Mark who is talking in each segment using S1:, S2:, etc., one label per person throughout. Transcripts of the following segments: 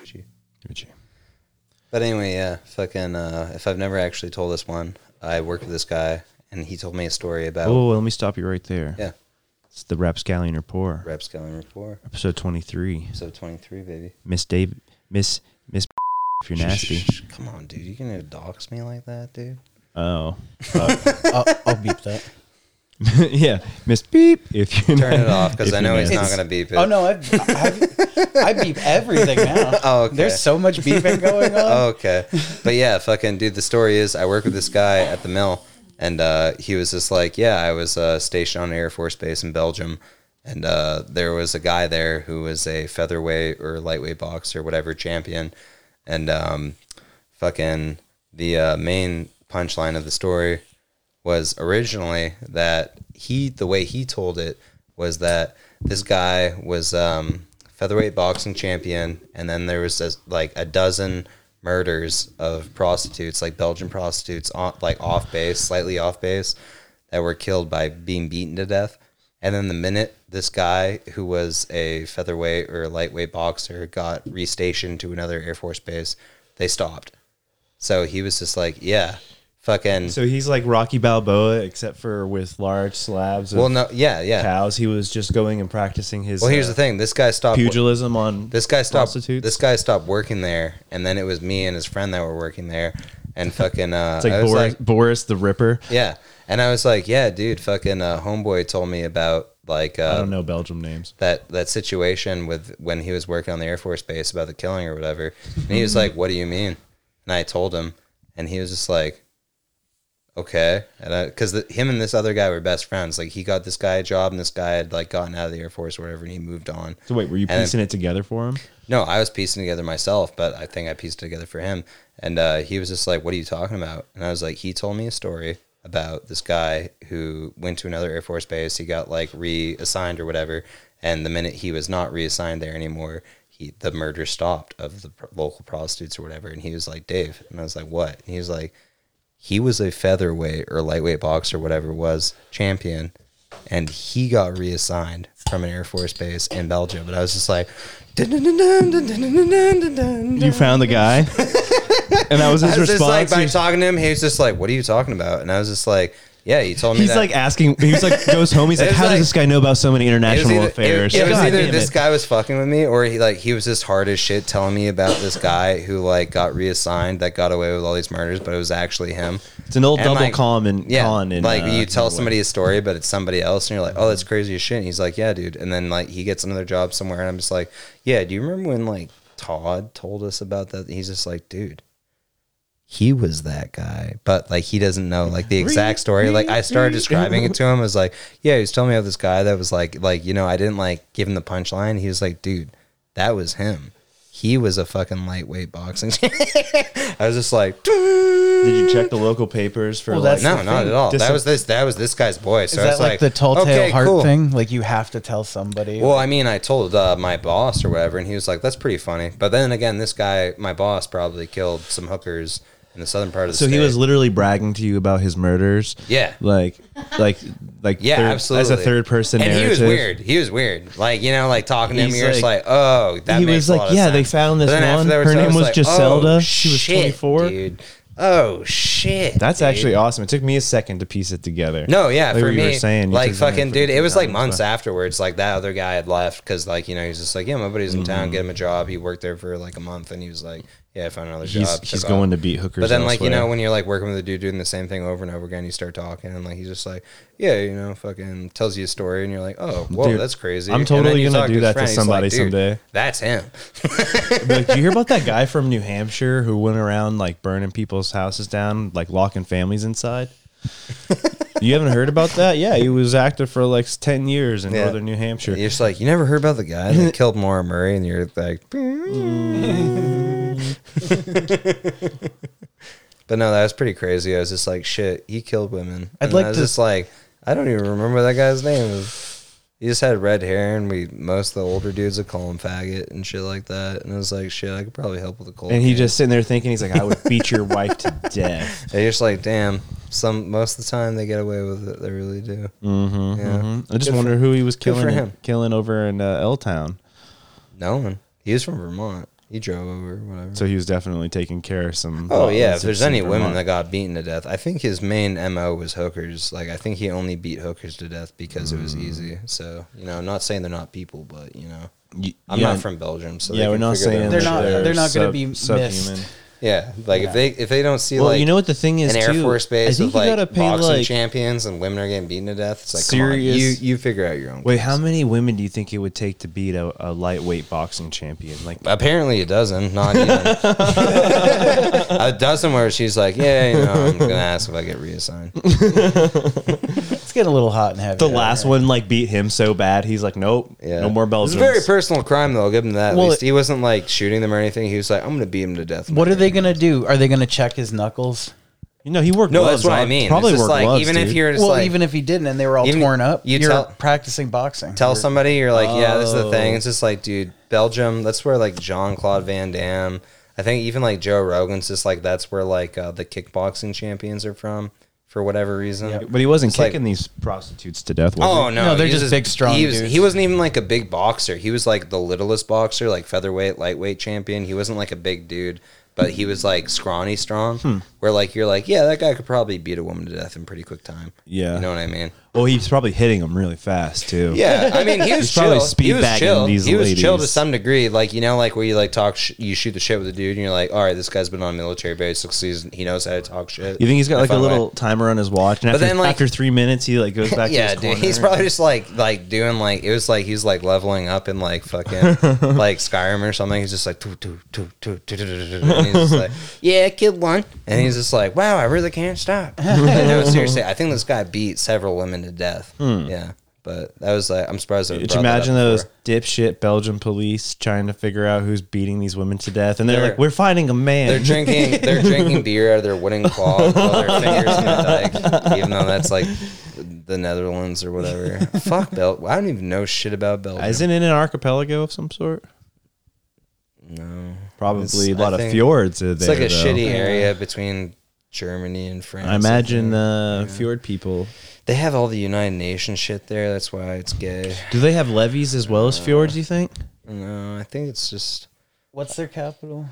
S1: Gucci.
S2: Gucci.
S1: But anyway, yeah, fucking. Uh, if I've never actually told this one, I worked with this guy, and he told me a story about
S2: Oh, let me stop you right there.
S1: yeah,
S2: It's the Rapscallion Rapport,
S1: Rapscallion Rapport,
S2: episode 23.
S1: episode twenty three, baby.
S2: Miss Dave, Miss, Miss, if you're nasty.
S1: Come on, dude, you gonna dox me like that, dude?
S2: Oh.
S3: I'll, I'll beep that.
S2: yeah. Miss Beep, if you're
S1: Turn it off because
S2: if
S1: I know
S2: you're
S1: he's not
S2: nasty.
S1: gonna beep it.
S3: Oh no, I've, I've, I beep everything now.
S1: Oh, okay. Oh,
S3: There's so much beeping going on.
S1: okay. But yeah, fucking dude, the story is I work with this guy at the mill, and uh, he was just like, yeah, I was uh, stationed on Air Force Base in Belgium, and uh, there was a guy there who was a featherweight or lightweight boxer, whatever champion, and um, fucking the uh, main punchline of the story was originally that he the way he told it was that this guy was um, featherweight boxing champion, and then there was this, like a dozen murders of prostitutes, like Belgian prostitutes, on, like off base, slightly off base, that were killed by being beaten to death. And then the minute this guy, who was a featherweight or lightweight boxer, got restationed to another Air Force base, they stopped. So he was just like, yeah, fucking.
S2: So he's like Rocky Balboa, except for with large slabs of
S1: well, no, yeah, yeah.
S2: cows. He was just going and practicing his
S1: Well, here's
S2: uh,
S1: the thing. This guy stopped.
S2: pugilism on
S1: This guy stopped.
S2: prostitutes.
S1: This guy stopped working there, and then it was me and his friend that were working there, and fucking. Uh,
S2: It's like
S1: I was
S2: Boris,
S1: like,
S2: Boris the Ripper.
S1: yeah, and I was like, yeah, dude, fucking uh, homeboy told me about like
S2: I
S1: uh,
S2: don't know Belgium names.
S1: that that situation with when he was working on the Air Force Base about the killing or whatever, and he was like, what do you mean? And I told him, and he was just like, okay, and because him and this other guy were best friends, like he got this guy a job, and this guy had like gotten out of the Air Force or whatever, and he moved on.
S2: So wait, were you
S1: And-
S2: piecing it together for him?
S1: No, I was piecing together myself, but I think I pieced it together for him. And uh, he was just like, "What are you talking about?" And I was like, "He told me a story about this guy who went to another Air Force base. He got like reassigned or whatever, and the minute he was not reassigned there anymore, he the murder stopped of the pr- local prostitutes or whatever." And he was like, "Dave," and I was like, "What?" And he was like, "He was a featherweight or lightweight boxer, whatever it was, champion." and he got reassigned from an Air Force base in Belgium. But I was just like, dun, dun, dun, dun, dun, dun, dun, dun, dun, dun.
S2: You found the guy, and that was his
S1: I was just like,
S2: response.
S1: by
S2: He's-
S1: talking to him, he was just like, what are you talking about? And I was just like, yeah, you told me
S2: He's
S1: that.
S2: like asking. He was like goes home. He's
S1: It
S2: like,
S1: was
S2: how
S1: like-
S2: does this guy know about so many
S1: it was
S2: international
S1: either,
S2: affairs?
S1: it- it was
S2: God
S1: either
S2: damn
S1: this
S2: it.
S1: guy was fucking with me or he like he was just hard as shit telling me about this guy who like got reassigned that got away with all these murders, but it was actually him.
S2: It's an old
S1: And,
S2: double
S1: like,
S2: con and con. And
S1: like
S2: uh,
S1: you tell
S2: Norway.
S1: somebody a story, but it's somebody else, and you're like, "Oh, that's crazy as shit." And he's like, "Yeah, dude." And then like he gets another job somewhere, and I'm just like, "Yeah, do you remember when like Todd told us about that?" And he's just like, "Dude, he was that guy," but like he doesn't know like the exact story. Like I started describing it to him. I was like, "Yeah, he was telling me about this guy that was like, like you know, I didn't like give him the punchline. He was like, dude, that was him." He was a fucking lightweight boxing. I was just like,
S2: Did you check the local papers for
S3: Well,
S2: like?
S3: that's-
S1: no,
S3: the
S1: not
S3: thing.
S1: at all.
S2: Dis-
S1: that was this. That was this guy's boy. So
S3: Is
S1: I
S3: that
S1: was
S3: like, the tall tale
S1: okay,
S3: heart
S1: cool.
S3: thing? Like you have to tell somebody.
S1: Well, I mean, I told uh, my boss or whatever, and he was like, "That's pretty funny." But then again, this guy, my boss, probably killed some hookers in the southern part of the
S2: So
S1: state.
S2: he was literally bragging to you about his murders.
S1: Yeah.
S2: Like, like, like.
S1: yeah,
S2: third-
S1: absolutely.
S2: As a third person
S1: and
S2: narrative.
S1: he was weird. He was weird. Like you know, like talking to him,
S2: He's
S1: you're just
S2: like-
S1: like, "Oh, that."
S2: he
S1: makes
S2: was
S1: a
S2: like,
S1: lot of
S2: "Yeah,
S1: sense."
S2: they found this
S1: But then after
S2: one.
S1: that,
S2: Her
S1: I
S2: name was
S1: like,
S2: Giselda.
S1: "Oh,
S2: She was
S1: shit,
S2: 24."
S1: dude. Oh shit!
S2: That's
S1: dude.
S2: actually awesome. It took me a second to piece it together.
S1: No, yeah,
S2: Like
S1: for
S2: what
S1: me,
S2: you were saying, you
S1: like
S2: took them
S1: fucking
S2: for
S1: dude, it was like
S2: time,
S1: months
S2: so-
S1: afterwards. Like that other guy had left because, like, you know, he's just like, yeah, my buddy's in
S2: Mm.
S1: town, get him a job. He worked there for like a month, and he was like, yeah, I found another
S2: He's
S1: job.
S2: he's
S1: took
S2: going to
S1: off.
S2: beat hookers.
S1: But then, like, you know,
S2: elsewhere.
S1: when you're like working with a dude doing the same thing over and over again, you start talking, and like he's just like, yeah, you know, fucking tells you a story, and you're like, oh, whoa,
S2: Dude,
S1: that's crazy.
S2: I'm
S1: And then
S2: totally
S1: you
S2: gonna
S1: talk
S2: do
S1: his
S2: that to
S1: friend, he's like,
S2: somebody
S1: "Dude,
S2: someday."
S1: That's him.
S2: Be like, do you hear about that guy from New Hampshire who went around like burning people's houses down, like locking families inside? you haven't heard about that? Yeah, he was active for like ten years in
S1: Yeah.
S2: northern New Hampshire.
S1: You're just like, you never heard about the guy that killed Maura Murray, and you're like,
S2: Mm.
S1: but no, that was pretty crazy. I was just like, shit, he killed women.
S3: I'd
S1: And
S3: like
S1: I was
S3: to-
S1: just like, I don't even remember that guy's name. It was- He just had red hair, and we most of the older dudes would call him faggot and shit like that. And I was like, shit, I could probably help with the cold.
S2: And he
S1: can.
S2: just sitting there thinking, he's like, I would beat your wife to death.
S1: They're just like, damn. Some most of the time they get away with it. They really do.
S2: Mm-hmm,
S1: Yeah.
S2: I just
S1: Good for-
S2: wonder who he was
S1: good for
S2: killing,
S1: him.
S2: killing over in uh, L Town.
S1: No one. He was from Vermont. He drove over, whatever.
S2: So he was definitely taking care of some.
S1: Oh yeah, if
S2: some-
S1: there's
S2: some
S1: any women
S2: Vermont.
S1: that got beaten to death, I think his main mo was hookers. Like I think he only beat hookers to death because it was
S2: Mm.
S1: easy. So you know, I'm not saying they're not people, but you know,
S2: Y-
S1: I'm
S2: yeah.
S1: not from Belgium, so
S2: yeah,
S1: they
S2: we're
S1: can
S2: not
S1: figure that
S2: saying
S1: out.
S3: They're
S2: that
S3: not- they're not gonna be missed.
S1: Yeah, like if they if they don't see
S2: Well,
S1: like
S2: you know what the thing is
S1: an Air
S2: too.
S1: Force
S2: I
S1: base
S2: think
S1: with
S2: you
S1: like
S2: gotta pay
S1: boxing
S2: like.
S1: champions and women are getting beaten to death, it's like
S2: serious-
S1: come on, you you figure out your own.
S2: Wait,
S1: case.
S2: how many women do you think it would take to beat a, a lightweight boxing champion? Like,
S1: Apparently it doesn't. Not even a dozen. Where she's like, "Yeah, you know, I'm gonna ask if I get reassigned."
S3: It's getting a little hot and heavy.
S2: the last one like beat him so bad, he's like, nope,
S1: Yeah.
S2: no more Belgians.
S1: It's a very personal crime, though. I'll give him that. At
S3: Well,
S1: least he wasn't like shooting them or anything. He was like, I'm going to beat him to death.
S3: What are they gonna do? Are they gonna check his knuckles?
S2: you know, he worked.
S1: No,
S2: gloves
S1: that's what I
S2: on.
S1: mean.
S2: Probably
S1: it's just
S2: worked
S1: like,
S2: gloves,
S1: even if
S2: dude.
S1: you're just
S3: well,
S1: like,
S3: even if he didn't, and they were all
S1: Even-
S3: torn up,
S1: you
S3: you are
S1: tell-
S3: practicing boxing.
S1: tell somebody you're like, yeah, this is the
S2: Oh.
S1: thing. It's just like, dude, Belgium. That's where like Jean Claude Van Damme. I think even like Joe Rogan's just like that's where like uh, the kickboxing champions are from for whatever reason.
S2: but he wasn't
S1: It's like-
S2: kicking these prostitutes to death. Was
S1: Oh
S2: he?
S1: no,
S3: No, they're
S1: he was
S3: just big, strong
S1: He, was,
S3: dudes.
S1: he wasn't even like a big boxer. He was like the littlest boxer, like featherweight, lightweight champion. He wasn't like a big dude, but he was like scrawny strong.
S2: Hmm.
S1: Where like you're like, yeah, that guy could probably beat a woman to death in pretty quick time.
S2: Yeah.
S1: you know what I mean.
S2: Well, he's probably hitting them really fast too.
S1: Yeah, I mean he was
S2: He's probably
S1: chill.
S2: speed
S1: he was
S2: bagging
S1: chill.
S2: these
S1: he was chill to
S2: ladies.
S1: some degree. Like you know, like where you like talk, sh- you shoot the shit with a dude, and you're like, all right, this guy's been on military base six seasons. He knows how to talk shit.
S2: You think he's got
S1: in
S2: like a
S1: fun way.
S2: little timer on his watch, and
S1: But
S2: after,
S1: then, like-
S2: after three minutes, he like goes back. to his
S1: yeah, dude.
S2: corner.
S1: He's probably just like like doing like it was like he's like leveling up in like fucking like Skyrim or something. He's just like "Doo, doo, doo, doo, doo, doo, doo, doo," and he's just like yeah, kid one, and he's just like wow, I really can't stop. no, seriously, I think this guy beat several women to death. Yeah, but that was like I'm surprised.
S2: Hmm. Could you imagine those dipshit Belgian police trying to figure out who's beating these women to death? And they're,
S1: They're-
S2: like, "We're finding a man."
S1: They're drinking. They're drinking beer out of their wooden claw with all their fingers in the dike, even though that's like the Netherlands or whatever. Fuck Bel. I don't even know shit about Belgium.
S2: Isn't it an archipelago of some sort?
S1: no.
S2: Probably
S1: It's-
S2: a lot
S1: I
S2: of
S1: think-
S2: fjords. Are
S1: It's
S2: there,
S1: like a
S2: though.
S1: shitty area between Germany and France.
S2: I imagine uh, fjord people.
S1: they have all the United Nations shit there. That's why it's gay.
S2: Do they have levees as well as fjords? You think?
S1: No, I think it's just
S3: What's their capital?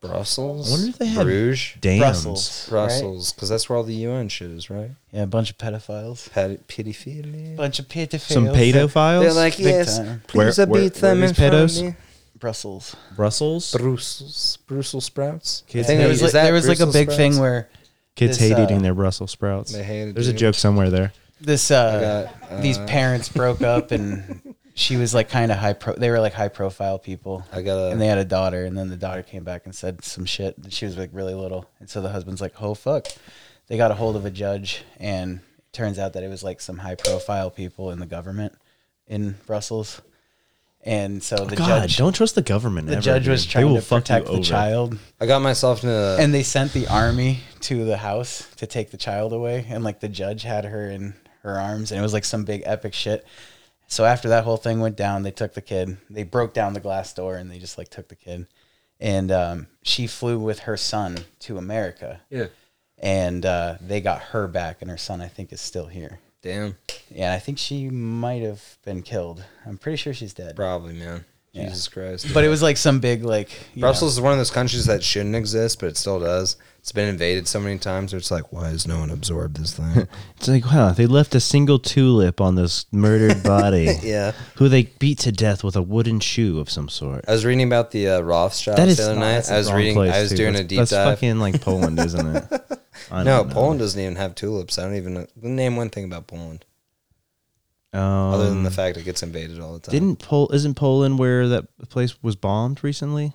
S1: Brussels.
S2: I wonder if they have-
S1: Bruges,
S2: Dams.
S3: Brussels. Right?
S1: Brussels, because that's where all the UN shit is, right?
S3: Yeah, a bunch of pedophiles.
S1: Ped- pedophilia.
S3: bunch of pedophiles.
S2: Some pedophiles.
S1: They're like,
S3: Big
S1: yes,
S3: time.
S1: please
S2: Where-
S1: beat
S2: where-
S1: them
S2: where
S1: in
S2: are these
S1: front of
S2: pedos?
S1: me.
S3: Brussels.
S2: Brussels.
S1: uh, Brussels, Brussels sprouts.
S2: Kids
S1: I think
S2: hate
S1: it
S3: There
S1: was,
S3: was,
S1: is
S3: like,
S1: that
S3: there was like a
S1: Brussels
S3: big thing
S1: sprouts?
S3: where
S2: Kids
S3: This,
S2: hate
S3: uh,
S2: eating their Brussels sprouts.
S1: They hate it,
S2: There's a
S1: dude.
S2: joke somewhere there.
S3: this uh,
S1: got, uh,
S3: these parents broke up and she was like kind of high pro they were like high profile people
S1: I
S2: uh,
S1: got a.
S3: and they had a daughter and then the daughter came back and said some shit and she was like really little and so the husband's like oh fuck they got a hold of a judge and it turns out that it was like some high profile people in the government in brussels and so the
S2: Oh, God,
S3: judge
S2: don't trust the government.
S3: the
S2: ever,
S3: judge was
S2: dude.
S3: trying
S2: they will
S3: to
S2: fuck you
S3: protect the
S2: over.
S3: child
S1: I got myself into. a-
S3: and they sent the army to the house to take the child away and like the judge had her in her arms and it was like some big epic shit so after that whole thing went down they took the kid they broke down the glass door and they just like took the kid and um, she flew with her son to america
S1: yeah.
S3: and uh, they got her back and her son i think is still here
S1: Damn.
S3: and i think she might have been killed i'm pretty sure she's dead
S1: Probably, man.
S3: Yeah.
S1: Jesus Christ.
S3: but it was like some big like you know-
S1: Brussels is one of those countries that shouldn't exist, but it still does. It's been invaded so many times. It's like, why has no one absorbed this thing?
S2: It's like, wow, they left a single tulip on this murdered body.
S1: yeah,
S2: Who they beat to death with a wooden shoe of some sort.
S1: I was reading about the uh, Rothschilds
S2: That is
S1: the other
S2: no,
S1: night.
S2: that's the
S1: I was
S2: wrong
S1: reading.
S2: place,
S1: I was
S2: dude.
S1: doing
S2: that's,
S1: a deep
S2: that's
S1: dive.
S2: fucking like Poland, isn't it? I
S1: no,
S2: don't know.
S1: Poland doesn't even have tulips. I don't even know. name one thing about Poland
S2: Um,
S1: other than the fact it gets invaded all the time.
S2: didn't Pol isn't Poland where that place was bombed recently?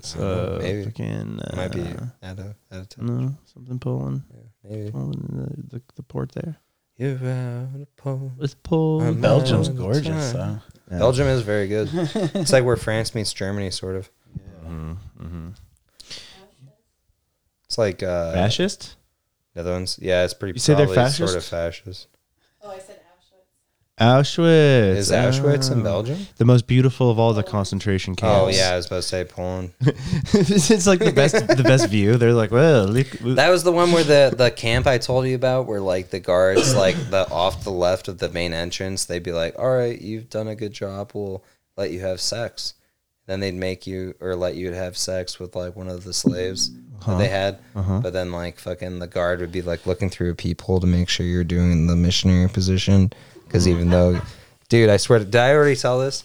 S2: So
S1: maybe.
S2: fucking uh,
S1: might be out of, out of time.
S2: no something Poland.
S1: Maybe
S2: Poland the, the, the port there.
S1: you out of Poland.
S2: It's Poland.
S3: belgium's
S1: Yeah.
S3: gorgeous so
S2: Yeah.
S1: Belgium is very good. it's like where France meets Germany, sort of.
S2: Mhm, mhm.
S1: It's like uh,
S2: Fascist?
S1: Netherlands. Yeah, it's pretty.
S2: You say they're
S1: probably Sort of
S2: fascist?
S1: fascist.
S4: Oh, I said Auschwitz.
S2: Auschwitz.
S1: Is Auschwitz
S2: Oh.
S1: in Belgium?
S2: The most beautiful of all the concentration camps.
S1: Oh yeah, I was about to say Poland.
S2: it's like the best the best view. They're like, well, look, look."
S1: That was the one where the the camp I told you about, where like the guards, like the off the left of the main entrance, they'd be like, "All right, you've done a good job. We'll let you have sex." Then they'd make you or let you have sex with like one of the slaves that they had. But then like fucking the guard would be like looking through a peephole to make sure you're doing the missionary position. Because even though, dude, I swear, to, did I already tell this?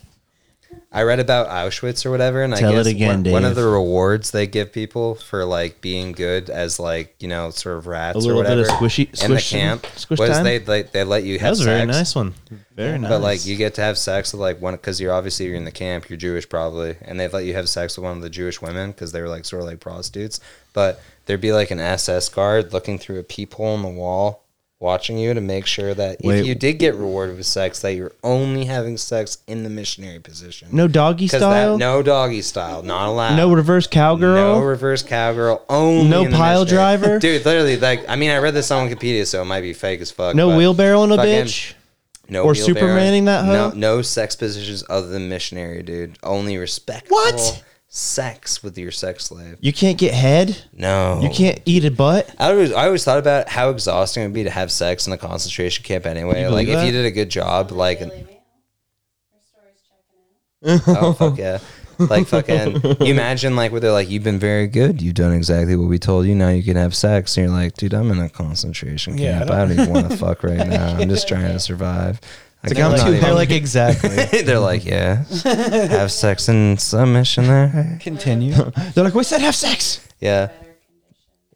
S1: I read about Auschwitz or whatever, and
S2: Tell
S1: I
S2: it
S1: guess
S2: again,
S1: one, one of
S2: Dave.
S1: the rewards they give people for like being good as like you know sort of rats
S2: little
S1: or
S2: bit of
S1: whatever
S2: squishy-
S1: in the
S2: squish-
S1: camp
S2: squish
S1: was
S2: time?
S1: they, they they let you have
S2: That was a very
S1: sex.
S2: nice one. Very nice.
S1: But like you get to have sex with like one because you're obviously you're in the camp, you're Jewish probably, and they let you have sex with one of the Jewish women because they were like sort of like prostitutes. But there'd be like an SS guard looking through a peephole in the wall, watching you to make sure that
S2: Wait.
S1: if you did get rewarded with sex, that you're only having sex in the missionary position.
S2: no doggy
S1: 'Cause
S2: style.
S1: That,
S2: no,
S1: no doggy style, not allowed.
S2: reverse
S1: No
S2: cowgirl.
S1: reverse cowgirl. Only
S2: No
S1: in the
S2: pile
S1: missionary-
S2: driver?
S1: dude. Literally, like I mean, I read this on Wikipedia, so it might be fake as fuck.
S2: No,
S1: but
S2: wheelbarrow on a
S1: fucking-
S2: bitch.
S1: no
S2: Or
S1: wheelbarrow.
S2: Supermaning that hoe?
S1: No, no sex positions other than missionary, dude. Only respectful
S2: What?
S1: sex with your sex slave.
S2: You can't get head.
S1: No,
S2: You can't eat a butt.
S1: I always, I always thought about how exhausting it would be to have sex in a concentration camp anyway.
S2: You
S1: Like
S2: believe
S1: if you
S2: that?
S1: did a good job, like
S4: Checking
S1: oh fuck yeah, like fucking. You imagine like where they're like, you've been very good. You've done exactly what we told you. Now you can have sex. And you're like, dude, I'm in a concentration
S3: Yeah, I
S1: camp. I don't, even want to fuck right now. I'm just trying to survive. I
S2: Like, I'm
S1: can't
S2: too-
S1: even-
S2: they're like exactly.
S1: They're like, yeah, have sex in submission there.
S3: Continue.
S2: They're like, we said have sex.
S1: Yeah,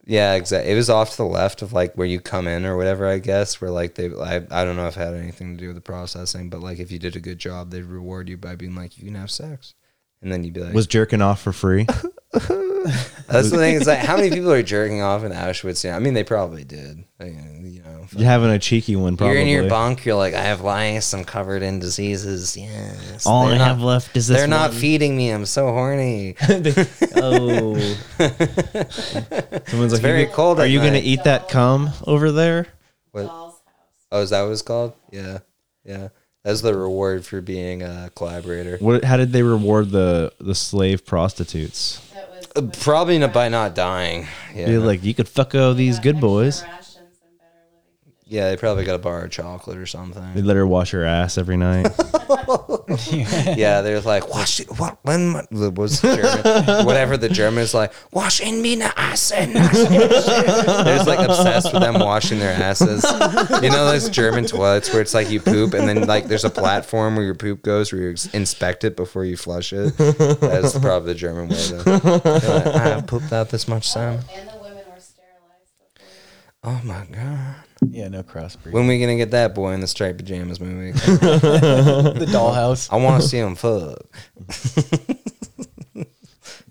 S1: yeah, exactly. It was off to the left of like where you come in or whatever, I guess. Where like they, I, I don't know if it had anything to do with the processing, but like if you did a good job, they'd reward you by being like, you can have sex, and then you'd be like,
S2: Was jerking off for free.
S1: that's the thing. It's like how many people are jerking off in Auschwitz? Yeah, I mean they probably did. I mean, you know,
S2: You're having a cheeky one, probably.
S1: you're in your bunk. You're like, I have lice. I'm covered in diseases. Yes,
S2: All
S1: They're
S2: I
S1: not-
S2: have left is this.
S1: They're not feeding me. I'm so horny.
S2: oh. Someone's like,
S1: very
S2: "You-
S1: cold
S2: Are
S1: at
S2: you gonna
S1: night."
S2: eat that cum over there?
S1: What?
S4: Doll's house.
S1: Oh, is that what it's called? Yeah, yeah. That's the reward for being a collaborator.
S2: What? How did they reward the the slave prostitutes?
S4: That was
S1: Uh,
S4: with
S1: Probably not by not dying. Yeah,
S2: They're like, you could fuck all these good
S4: extra
S2: boys.
S4: rations and better living conditions.
S1: yeah. They probably got a bar of chocolate or
S2: They
S1: something.
S2: let her wash her ass every night.
S1: yeah, they're like, wash it. What when my, what was the German? whatever the German is like, wash in me na assen. They're just like obsessed with them washing their asses. You know those German toilets where it's like you poop and then like there's a platform where your poop goes where you ex- inspect it before you flush it. That's probably the German way. Though. They're like, I pooped out this much time.
S4: And the women were sterilized before.
S1: Oh my god.
S3: yeah, no crossbreed.
S1: When we gonna get that boy in the striped pajamas movie?
S3: the dollhouse.
S1: I want to see him fuck.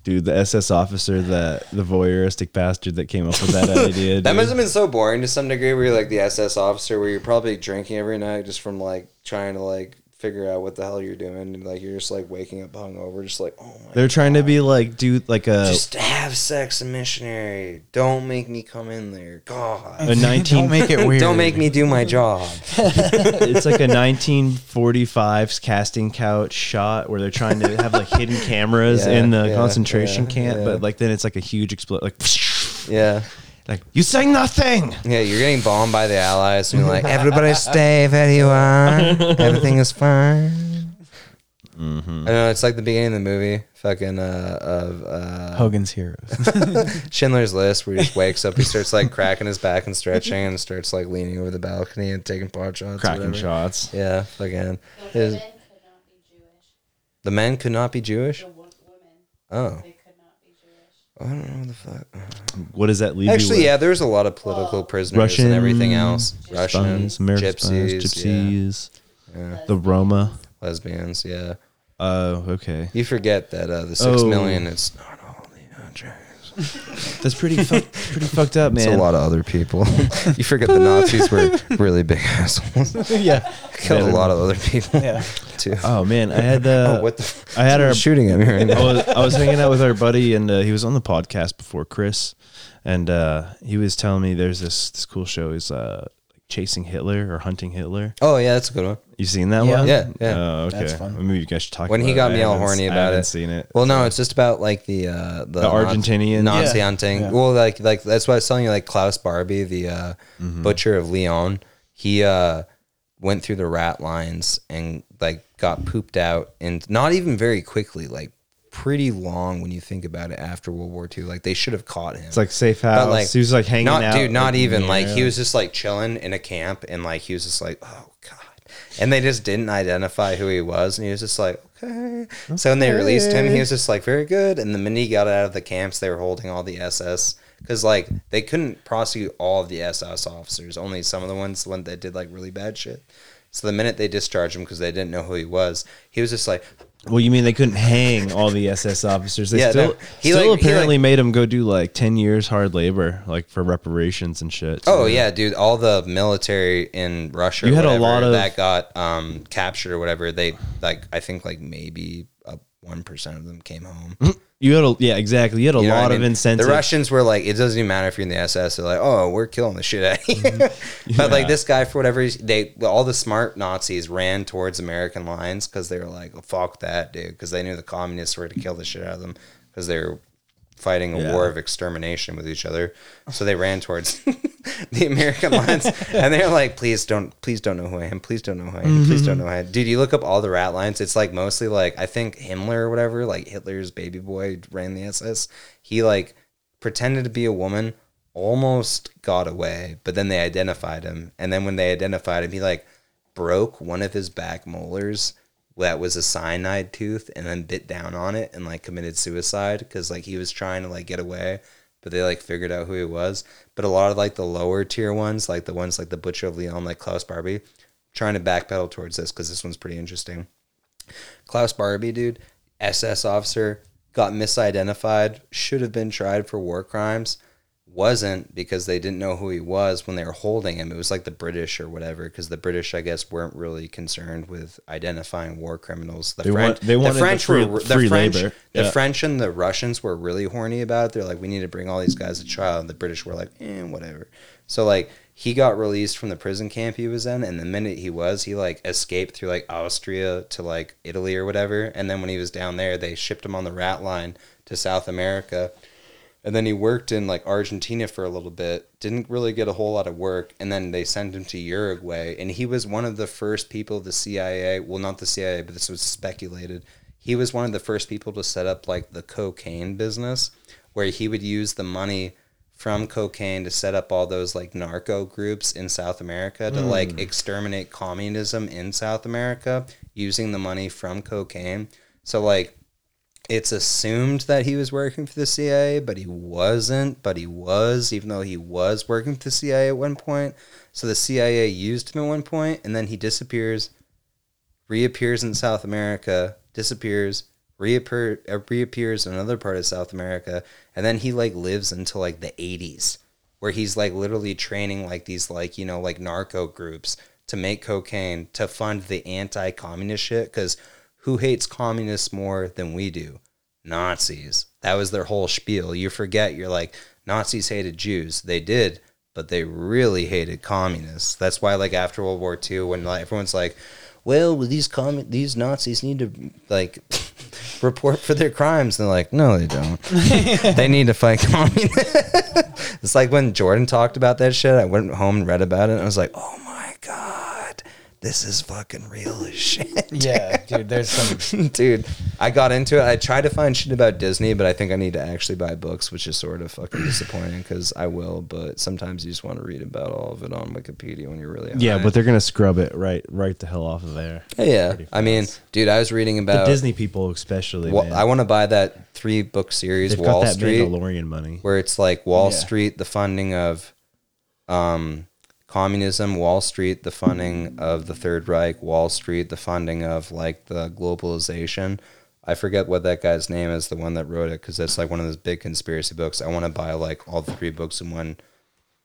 S2: Dude, the SS officer, that the voyeuristic bastard that came up with that idea.
S1: That
S2: dude.
S1: must have been so boring to some degree. Where you're like the SS officer, where you're probably drinking every night just from like trying to like figure out what the hell you're doing, and like you're just like waking up hungover, just like oh my.
S2: They're trying to be like, dude, like a
S1: Just have sex, a missionary. Don't make me come in there. God.
S2: a nineteen.
S3: Don't make it weird.
S1: Don't make me do my job.
S2: it's like a 1945s casting couch shot where they're trying to have like hidden cameras
S1: Yeah,
S2: in the
S1: yeah,
S2: concentration
S1: yeah,
S2: camp,
S1: yeah.
S2: but like then it's like a huge explosion. Like,
S1: Yeah.
S2: like you say nothing.
S1: Yeah, you're getting bombed by the Allies, and you're like, everybody stay where you are. Everything is fine. I know, it's like the beginning of the movie, fucking, uh, of, uh,
S3: Hogan's Heroes.
S1: Schindler's List, where he just wakes up, he starts like cracking his back and stretching, and starts like leaning over the balcony and taking pot shots. or
S2: Cracking
S1: whatever.
S2: shots.
S1: Yeah, fucking.
S4: The
S1: His-
S4: women could not be Jewish.
S1: the men could not be Jewish.
S4: The wo- women,
S1: Oh,
S4: they could not be Jewish.
S1: I don't know what the fuck.
S2: What does that leave
S1: Actually,
S2: you
S1: yeah, there's a lot of political prisoners
S2: Russian
S1: and everything else.
S2: with?
S1: Russians,
S2: American
S1: gypsies,
S2: spies,
S1: yeah,
S2: gypsies,
S1: yeah,
S2: the Roma.
S1: lesbians, yeah.
S2: Oh, okay.
S1: You forget that uh, the
S2: Oh.
S1: six million it's not all neon
S2: That's pretty fuck, pretty fucked up, man.
S1: It's a lot of other people. you forget the Nazis were really big assholes.
S3: yeah,
S1: Killed a lot of other people
S3: yeah.
S1: too.
S2: Oh man, I had the.
S1: oh, what the? F-
S2: I had our
S1: Someone's shooting at me right
S2: I
S1: now.
S2: was, I was hanging out with our buddy, and uh, he was on the podcast before Chris, and uh, he was telling me there's this this cool show is uh, chasing Hitler or hunting Hitler.
S1: Oh yeah, that's a good one.
S2: You seen that
S3: Yeah.
S2: one?
S1: Yeah, yeah.
S2: Oh, okay.
S3: That's fun.
S2: Maybe you guys should talk.
S1: When
S2: about
S1: he
S2: it.
S1: got
S2: I
S1: me all
S2: haven't-
S1: horny
S2: I
S1: about
S2: haven't
S1: it.
S2: seen it.
S1: Well, no, it's just about like the uh, the,
S2: Argentinian?
S1: Nazi
S3: Yeah.
S1: hunting.
S3: Yeah.
S1: Well, like like that's why I was telling you like Klaus Barbie, the uh,
S2: Mm-hmm.
S1: butcher of Leon. He uh, went through the rat lines and like got pooped out and not even very quickly, like pretty long when you think about it after World War II. Like they should have caught him.
S2: It's like safe house.
S1: like,
S2: he was like hanging
S1: not
S2: out.
S1: dude, not
S2: in
S1: even
S2: the
S1: like
S2: air.
S1: he was just like chilling in a camp and like he was just like, oh god. And they just didn't identify who he was, and he was just like, okay. So when they released him, he was just like, very good. And the minute he got out of the camps, they were holding all the SS because like they couldn't prosecute all of the SS officers, only some of the ones the one that did like really bad shit. So the minute they discharged him because they didn't know who he was, he was just like,
S2: Well, you mean they couldn't hang all the SS officers? They
S1: Yeah,
S2: still,
S1: no. He,
S2: still
S1: like- he,
S2: apparently
S1: like-
S2: made them go do like ten years hard labor, like for reparations and shit. So
S1: Oh yeah, dude! All the military in Russia,
S2: You
S1: or
S2: had a
S1: whatever,
S2: lot of-
S1: that got um, captured or whatever. They like, I think like maybe one percent of them came home.
S2: you had a yeah, exactly. You had a
S1: You know what I
S2: lot of
S1: mean?
S2: incentive.
S1: The Russians were like, it doesn't even matter if you're in the SS. They're like, oh, we're killing the shit out of you. But
S2: Mm-hmm. Yeah.
S1: like this guy, for whatever reason, they all the smart Nazis ran towards American lines because they were like, fuck that, dude, because they knew the communists were to kill the shit out of them because they were fighting a
S2: Yeah.
S1: war of extermination with each other. So they ran towards the American lines and they're like, please don't, please don't know who I am. Please don't know who I am. Please don't know who I am. Dude, you look up all the rat lines. It's like mostly like, I think Himmler or whatever, like Hitler's baby boy ran the SS. He like pretended to be a woman, almost got away, but then they identified him. And then when they identified him, he like broke one of his back molars that was a cyanide tooth and then bit down on it and like committed suicide because like he was trying to like get away but they like figured out who he was but a lot of like the lower tier ones like the ones like the butcher of leon like klaus barbie trying to backpedal towards this because this one's pretty interesting Klaus Barbie, dude, SS officer, got misidentified, should have been tried for war crimes, wasn't because they didn't know who he was when they were holding him. It was like the British or whatever, because the British, I guess, weren't really concerned with identifying war criminals. The
S2: They
S1: French,
S2: want- they wanted
S1: the
S2: the
S1: French
S2: free-
S1: were the
S2: free
S1: French,
S2: labor.
S1: the
S2: Yeah.
S1: French and the Russians were really horny about it. They're like, we need to bring all these guys to trial. And the British were like, eh, whatever. So like he got released from the prison camp he was in, and the minute he was, he like escaped through like Austria to like Italy or whatever. And then when he was down there, they shipped him on the rat line to South America. And then he worked in like Argentina for a little bit, didn't really get a whole lot of work. And then they sent him to Uruguay. And he was one of the first people the CIA, well, not the CIA, but this was speculated. He was one of the first people to set up like the cocaine business where he would use the money from cocaine to set up all those like narco groups in South America to like exterminate communism in South America using the money from cocaine. So, like, it's assumed that he was working for the CIA, but he wasn't, but he was, even though he was working for the CIA at one point. So the CIA used him at one point, and then he disappears, reappears in South America, disappears, reappear, uh, reappears in another part of South America, and then he like lives until like the 80s, where he's like literally training like these like, you know, like narco groups to make cocaine to fund the anti communist shit. Because who hates communists more than we do? Nazis. That was their whole spiel. You forget, you're like, Nazis hated Jews. They did, but they really hated communists. That's why, like, after World War II, when like, everyone's like, well, these commun- these Nazis need to, like, report for their crimes. They're like, no, they don't. they need to fight communists. it's like when Jordan talked about that shit, I went home and read about it, and I was like, oh my God, this is fucking real as shit
S3: Yeah, dude. There's some.
S1: dude i got into it i tried to find shit about disney but i think i need to actually buy books which is sort of fucking disappointing because i will but sometimes you just want to read about all of it on wikipedia when you're really high.
S2: yeah, but they're gonna scrub it right, right the hell off of there.
S1: yeah, yeah. i mean dude i was reading
S2: The
S1: about
S2: Disney people, especially.
S1: Oh. Wa-
S2: man.
S1: i want to buy that three book series
S2: They've
S1: wall
S2: got that
S1: street
S2: Mandalorian money.
S1: where it's like Wall
S3: Yeah.
S1: Street, the funding of um, communism, Wall Street, the funding of the Third Reich, Wall Street, the funding of like the globalization. I forget what that guy's name is, the one that wrote it, because that's like one of those big conspiracy books. I want to buy like all the three books in one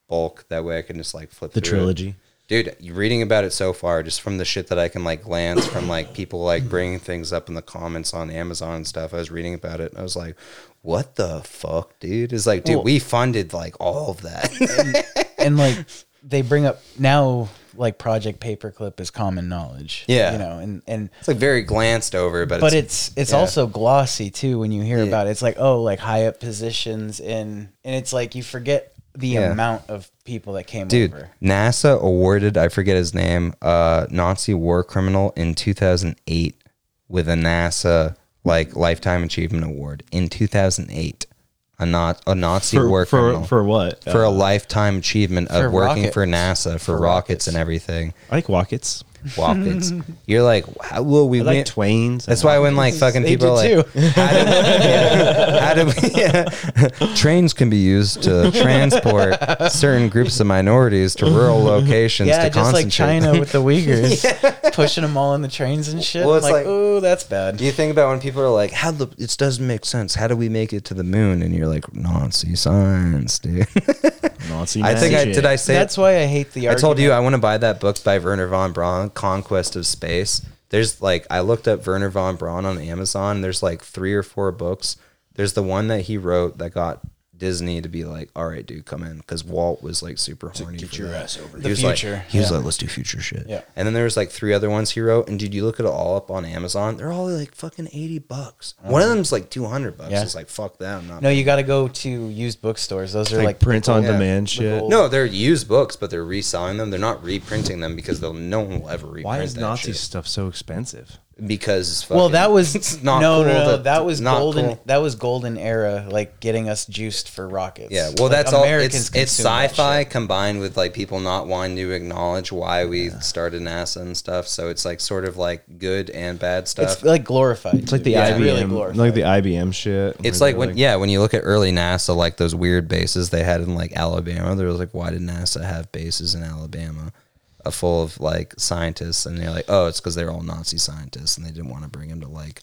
S1: bulk. That way I can just like flip
S2: The
S1: through it
S2: trilogy.
S1: dude you reading about it so far just from the shit that i can like glance from like people like bringing things up in the comments on amazon and stuff i was reading about it and i was like what the fuck dude it's like dude
S3: Well-
S1: we funded like all of that
S3: and like they bring up now, like Project Paperclip is common knowledge.
S1: Yeah.
S3: You know, and and
S1: it's like very glanced over but,
S3: but
S1: it's,
S3: it's it's
S1: yeah.
S3: also glossy too when you hear
S1: Yeah.
S3: about it. It's like oh, like high up positions in, and it's like you forget the
S1: Yeah.
S3: amount of people that came
S1: dude
S3: over.
S1: nasa awarded i forget his name uh nazi war criminal in 2008 with a nasa like Lifetime Achievement Award in 2008. A not a Nazi
S2: for
S1: war
S2: for,
S1: criminal
S2: for what?
S1: for
S2: Uh,
S1: a lifetime achievement of
S3: For
S1: working for
S3: rockets.
S1: NASA for, rockets. and everything.
S2: I like Rockets.
S1: Rockets. You're like, how, well, we
S2: I like
S1: went-
S2: Twains.
S1: That's why when like fucking
S3: They
S1: people are
S3: do
S1: like, how do, how do we, trains can be used to transport certain groups of minorities to rural locations
S3: Yeah,
S1: to
S3: just
S1: concentrate.
S3: like China with the Uyghurs, pushing them all in the trains and shit.
S1: Well,
S3: I'm
S1: it's
S3: like,
S1: like-
S3: ooh, that's bad.
S1: Do you think about when people are like, how the, it doesn't make sense. How do we make it to the moon? And you're like, Nazi science, dude.
S2: Nazi
S1: I think I, did I say
S3: That's why I hate the.
S1: I
S3: Argument.
S1: told you I want to buy that book by Werner von Braun, Conquest of Space. There's like I looked up Werner von Braun on Amazon. There's like three or four books. There's the one that he wrote that got Disney to be like, "All right, dude, come in," because Walt was like super horny. Get your ass over
S3: The
S1: he was like-
S3: future,
S1: he was
S3: yeah.
S1: like, "Let's do future shit."
S3: Yeah.
S1: And then there was like three other ones he wrote. And dude, you look at it all up on Amazon. They're all like fucking eighty bucks. One of them's like two hundred bucks.
S3: Mm-hmm. Yeah.
S1: It's like fuck that. I'm not.
S3: No, you got to go to used bookstores. Those are
S2: like,
S3: like,
S2: print on
S1: yeah. oh,
S2: demand shit.
S3: Google-
S1: No, they're used books, but they're reselling them. They're not reprinting them because they'll no one will ever reprint.
S2: Why is
S1: that
S2: Nazi
S1: shit.
S2: stuff so expensive?
S1: Because it's
S3: Well,
S1: fucking-
S3: that was
S1: it's not
S3: no,
S1: cool
S3: no, no,
S1: to-
S3: That was
S1: not
S3: golden.
S1: cool.
S3: That was golden era, like getting us juiced for rockets.
S1: Yeah, well,
S3: Like,
S1: that's all. It's,
S3: Americans
S1: it's
S3: consume that
S1: sci-fi
S3: shit.
S1: combined with like people not wanting to acknowledge why we started NASA and stuff. So it's like sort of like good and bad stuff.
S3: It's like glorified.
S2: It's like the IBM, like the IBM shit.
S1: It's
S2: where
S1: like
S2: they're
S1: when yeah, when you look at early NASA, like those weird bases they had in like Alabama, there was like, why did NASA have bases in Alabama, uh, full of like scientists? And they're like, oh, it's because they're all Nazi scientists and they didn't want to bring them to like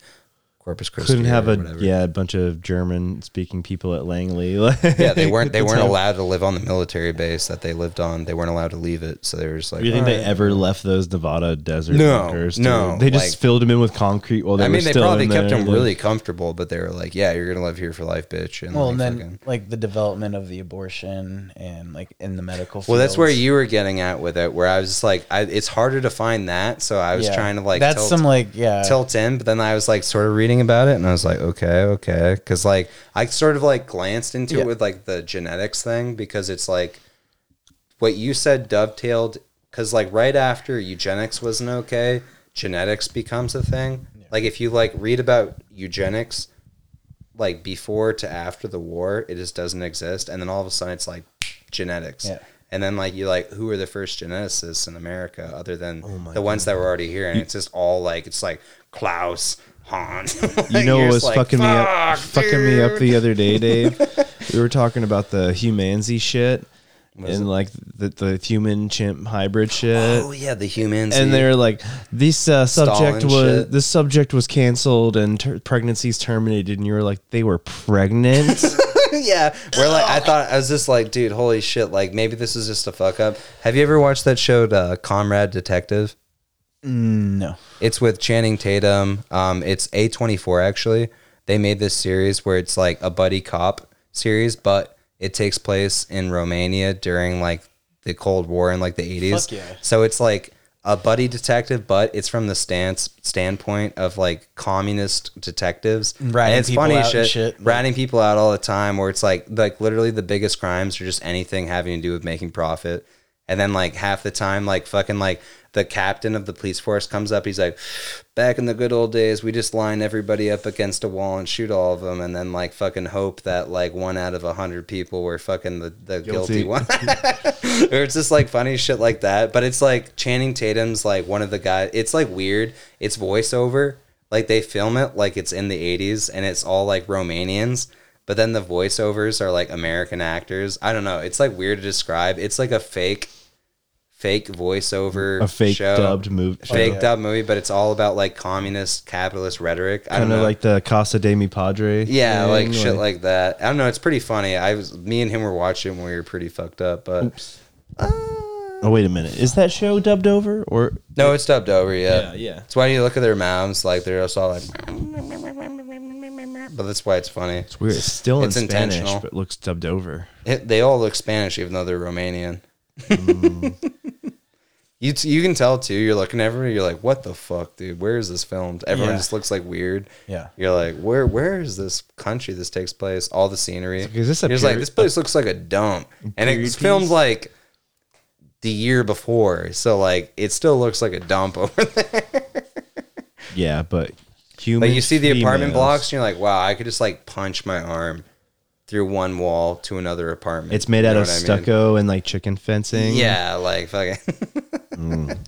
S1: Corpus Christi.
S2: couldn't
S1: or
S2: have a
S1: whatever.
S2: yeah a bunch of German speaking people at Langley.
S1: Yeah, they weren't they
S2: At the
S1: weren't
S2: time.
S1: allowed to live on the military base that they lived on. They weren't allowed to leave it, so they were just like,
S2: Do you think they
S1: "Alright."
S2: ever left those Nevada desert
S1: No,
S2: bunkers?
S1: no,
S2: they just
S1: like-
S2: filled them in with concrete. While they
S1: I
S2: were
S1: mean, they
S2: still
S1: probably
S2: in
S1: kept
S2: there,
S1: them
S2: like-
S1: really comfortable, but they were like, "Yeah, you're gonna live here for life, bitch." And
S3: Well,
S1: like,
S3: and
S1: fucking-
S3: then like the development of the abortion and like in the medical.
S1: Well, that's where
S3: fields.
S1: you were getting at with it, where I was just like, I, it's harder to find that, so I was
S3: Yeah.
S1: trying to like
S3: That's
S1: tilt,
S3: some like yeah.
S1: tilt in, but then I was like sort of reading about it, and I was like, okay, okay, because like I sort of like glanced into
S3: Yeah.
S1: it with like the genetics thing because it's like what you said dovetailed because like right after eugenics wasn't okay, genetics becomes a thing. Like if you like read about eugenics, like before to after the war, it just doesn't exist. And then all of a sudden it's like genetics.
S3: Yeah.
S1: And then like you like who are the first geneticists in America other than the ones that were already here? And it's just all like it's like Klaus, Hans.
S2: You know what was fucking me up? Fucking me up the other day, Dave. we were talking about the humanzi shit and like the, the human chimp hybrid shit.
S1: Oh yeah, the humans.
S2: and they're like, this uh, subject
S1: Stalin
S2: was
S1: shit.
S2: this subject was canceled and ter- pregnancies terminated, and you were like, they were pregnant.
S1: yeah. Where like I thought I was just like, dude, holy shit, like maybe this is just a fuck up. Have you ever watched that show uh, Comrade Detective?
S3: no.
S1: It's with Channing Tatum. Um, it's A twenty four actually. They made this series where it's like a buddy cop series, but it takes place in Romania during like the Cold War in like the eighties.
S3: Fuck yeah.
S1: So it's like a buddy detective, but it's from the stance standpoint of like communist detectives.
S3: Ratting
S1: And it's
S3: people
S1: funny
S3: out
S1: as
S3: and
S1: shit,
S3: shit.
S1: ratting people out all the time. Where it's like like literally the biggest crimes are just anything having to do with making profit. And then like half the time, like fucking like the captain of the police force comes up. He's like, back in the good old days, we just line everybody up against a wall and shoot all of them, and then like fucking hope that like one out of a hundred people were fucking the, the guilty
S2: Guilty.
S1: one. or it's just like funny shit like that. But it's like Channing Tatum's like one of the guys. It's like weird. It's voiceover. Like they film it like it's in the 80s and it's all like Romanians. But then the voiceovers are like American actors. I don't know. It's like weird to describe. It's like a fake, fake voiceover,
S2: a fake
S1: show,
S2: dubbed movie,
S1: fake
S3: yeah.
S1: dubbed movie. But it's all about like communist capitalist rhetoric. I don't
S2: kind of
S1: know.
S2: like the Casa de Mi Padre.
S1: Yeah,
S2: thing,
S1: like shit like that. I don't know. It's pretty funny. I was me and him were watching when we were pretty fucked up, but
S2: Oh wait a minute, is that show dubbed over or
S1: no, it's dubbed over.
S2: Yeah,
S1: Yeah,
S2: yeah.
S1: It's why you look at their mouths like they're just all like, but that's why it's funny.
S2: it's weird? It's still in
S1: It's
S2: Spanish,
S1: intentional.
S2: but looks dubbed over.
S1: It, they all look Spanish even though they're Romanian.
S2: Mm.
S1: you t- you can tell too. You're looking everywhere. You're like, what the fuck, dude? Where is this filmed? Everyone
S3: Yeah.
S1: just looks like weird.
S3: Yeah.
S1: You're like, where where is this country? This takes place. All the scenery.
S2: like, is this a
S1: You're just like
S2: period-
S1: this place looks like a dump, and it
S2: period
S1: was filmed
S2: piece?
S1: like the year before. So like, it still looks like a dump over there.
S2: Yeah, but Human.
S1: Like you see the apartment blocks, and you're like, wow, I could just like punch my arm through one wall to another apartment.
S2: It's made
S1: You
S2: out
S1: know
S2: of
S1: what I mean?
S2: stucco and like chicken fencing.
S1: Yeah, like fucking